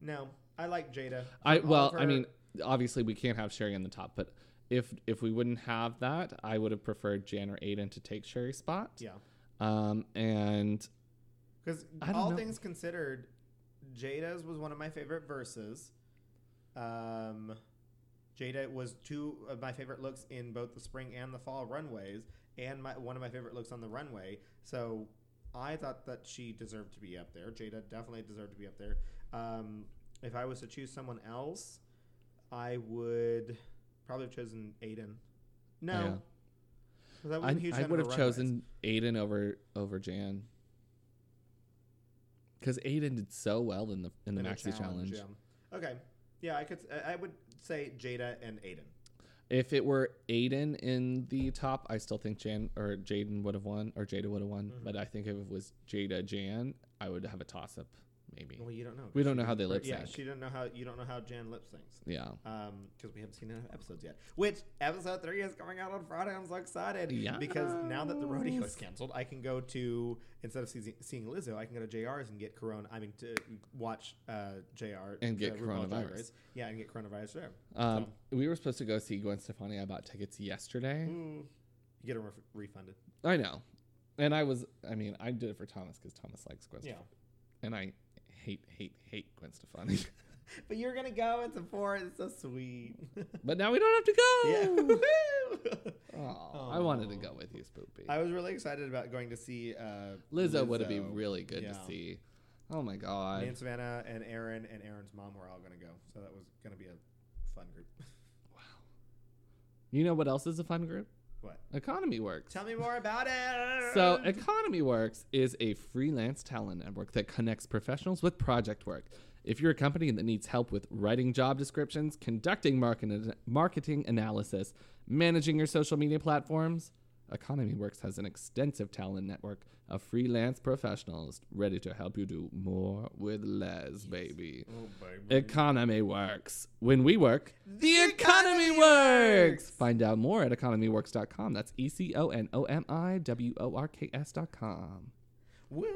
No, I like Jada.
I
From all
well,
of
I
her-
mean, obviously we can't have Sherry on the top, but if if we wouldn't have that, I would have preferred Jan or Aiden to take Sherry's spot.
yeah,
Um, and
because
I don't
all
know.
things considered, Jada's was one of my favorite verses. Um, Jada was two of my favorite looks in both the spring and the fall runways, and my one of my favorite looks on the runway. So I thought that she deserved to be up there. Jada definitely deserved to be up there. Um, if I was to choose someone else, I would probably have chosen Aiden.
Yeah.
No, 'Cause I, was
I,
a huge
I
fan of
would
her
have
runways.
chosen Aiden over over Jan because Aiden did so well in the in the
In
maxi challenge.
yeah. Okay, yeah, I could. I I would say Jada and Aiden.
If it were Aiden in the top, I still think Jan or Jaden would have won or Jada would have won.
Mm-hmm.
But I think if it was Jada Jan, I would have a toss up maybe.
Well, you don't know. 'cause
We don't
she
know how
didn't-
they lip
Yeah,
sync.
she didn't know how you don't know how Jan lip syncs.
Yeah.
Um, because we haven't seen enough episodes yet. Which episode three is coming out on Friday. I'm so excited.
Yes.
Because now that the rodeo is canceled, I can go to instead of seeing, seeing Lizzo, I can go to JR's and get Corona. I mean, to watch uh JR
And get
uh, RuPaul's Drag
coronavirus.
Race. Yeah, and get coronavirus there.
Um, we were supposed to go see Gwen Stefani. I bought tickets yesterday.
Mm. You get them ref- refunded.
I know, and I was. I mean, I did it for Thomas because Thomas likes Gwen.
Yeah.
Stefani. and I hate, hate, hate Gwen Stefani.
But you're gonna go and support. It's so sweet.
but now we don't have to
yeah.
go.
Woohoo!
Aw, I wanted to
Aw.
go with you, Spoopy.
I was really excited about going to see uh,
Lizzo, would have been
Lizzo.
really good to
Yeah.
see. Oh my
Me
god.
and Savannah and Aaron and Aaron's mom were all going to go. So that was going to be a fun group.
You know what else is a fun group?
What?
Economy Works.
Tell me more about it.
So, Economy Works is a freelance talent network that connects professionals with project work. If you're a company that needs help with writing job descriptions, conducting market, marketing analysis, managing your social media platforms, Economy Works has an extensive talent network of freelance professionals ready to help you do more with less, baby.
oh, baby.
Economy Works. When we work, the economy, works. Find out more at economyworks.com. That's E C O N O M I W O R K S.com.
Woo.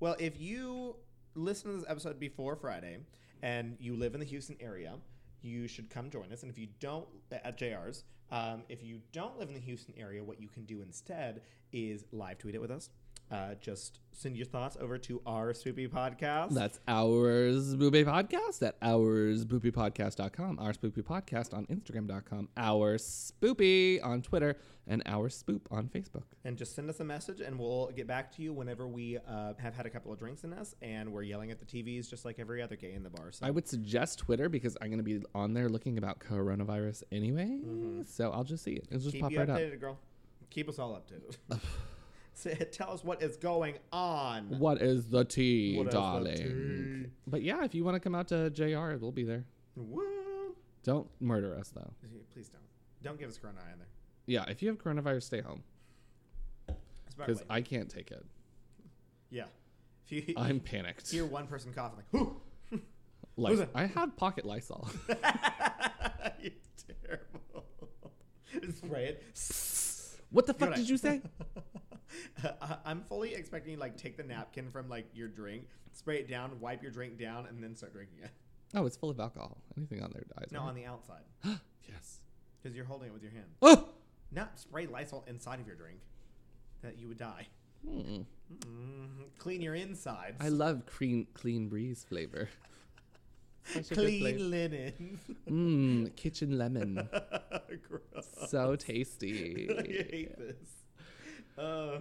Well, if you listen to this episode before Friday and you live in the Houston area, you should come join us. And if you don't, uh, at JR's, um, if you don't live in the Houston area, what you can do instead is live tweet it with us. Uh, just send your thoughts over to our Spoopy podcast.
That's ours Boopy Podcast at oursboopypodcast.com, our spoopy podcast on Instagram.com, our spoopy on Twitter, and our spoop on Facebook.
and just send us a message and we'll get back to you whenever we uh, have had a couple of drinks in us and we're yelling at the TVs just like every other gay in the bar. So
I would suggest Twitter because I'm going to be on there looking about coronavirus anyway. So I'll just see it. It'll just
Mm-hmm. keep
pop
you
right up.
updated, girl. Keep us all updated. so, tell us what is going on.
What is the tea,
What is the
darling?
tea?
But yeah, if you want to come out to JR, we'll be there.
Woo.
Don't murder us, though.
Please don't. Don't give us corona either.
Yeah, if you have coronavirus, stay home
It's about
because
like-
I can't take it.
yeah. If you
I'm panicked.
hear one person coughing, like, whoo!
Lys-
that?
I had pocket Lysol.
You're terrible. Spray it.
what the
You're
fuck
like-
did you say?
I- I'm fully expecting you like take the napkin from like your drink, spray it down, wipe your drink down, and then start drinking it.
Oh, it's full of alcohol. Anything on there dies.
No,
right?
on the outside
yes.
because you're holding it with your hand.
Oh.
Not spray Lysol inside of your drink, that you would die.
Mm.
Mm, clean your insides.
I love clean, clean breeze flavor. Such a good flavor.
clean linens.
Mmm, kitchen lemon.
Gross.
So
I
tasty.
hate this. Uh,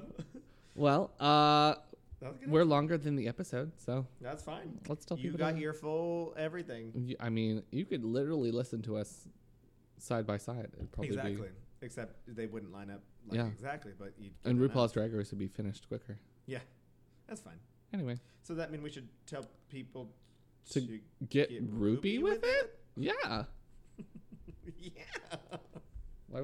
well, uh,
that's, good.
we're longer than the episode, so
that's fine.
let's tell
You
people.
got
to-
your full everything.
You- I mean, you could literally listen to us side by side. It'd probably
Exactly.
be.
Except they wouldn't line up like
Yeah.
exactly, but you'd get
And
enough.
RuPaul's Drag Race would be finished quicker.
Yeah, that's fine.
Anyway,
So that mean we should tell people
To
to
get,
get
Ruby
Ruby
with it? Yeah.
yeah.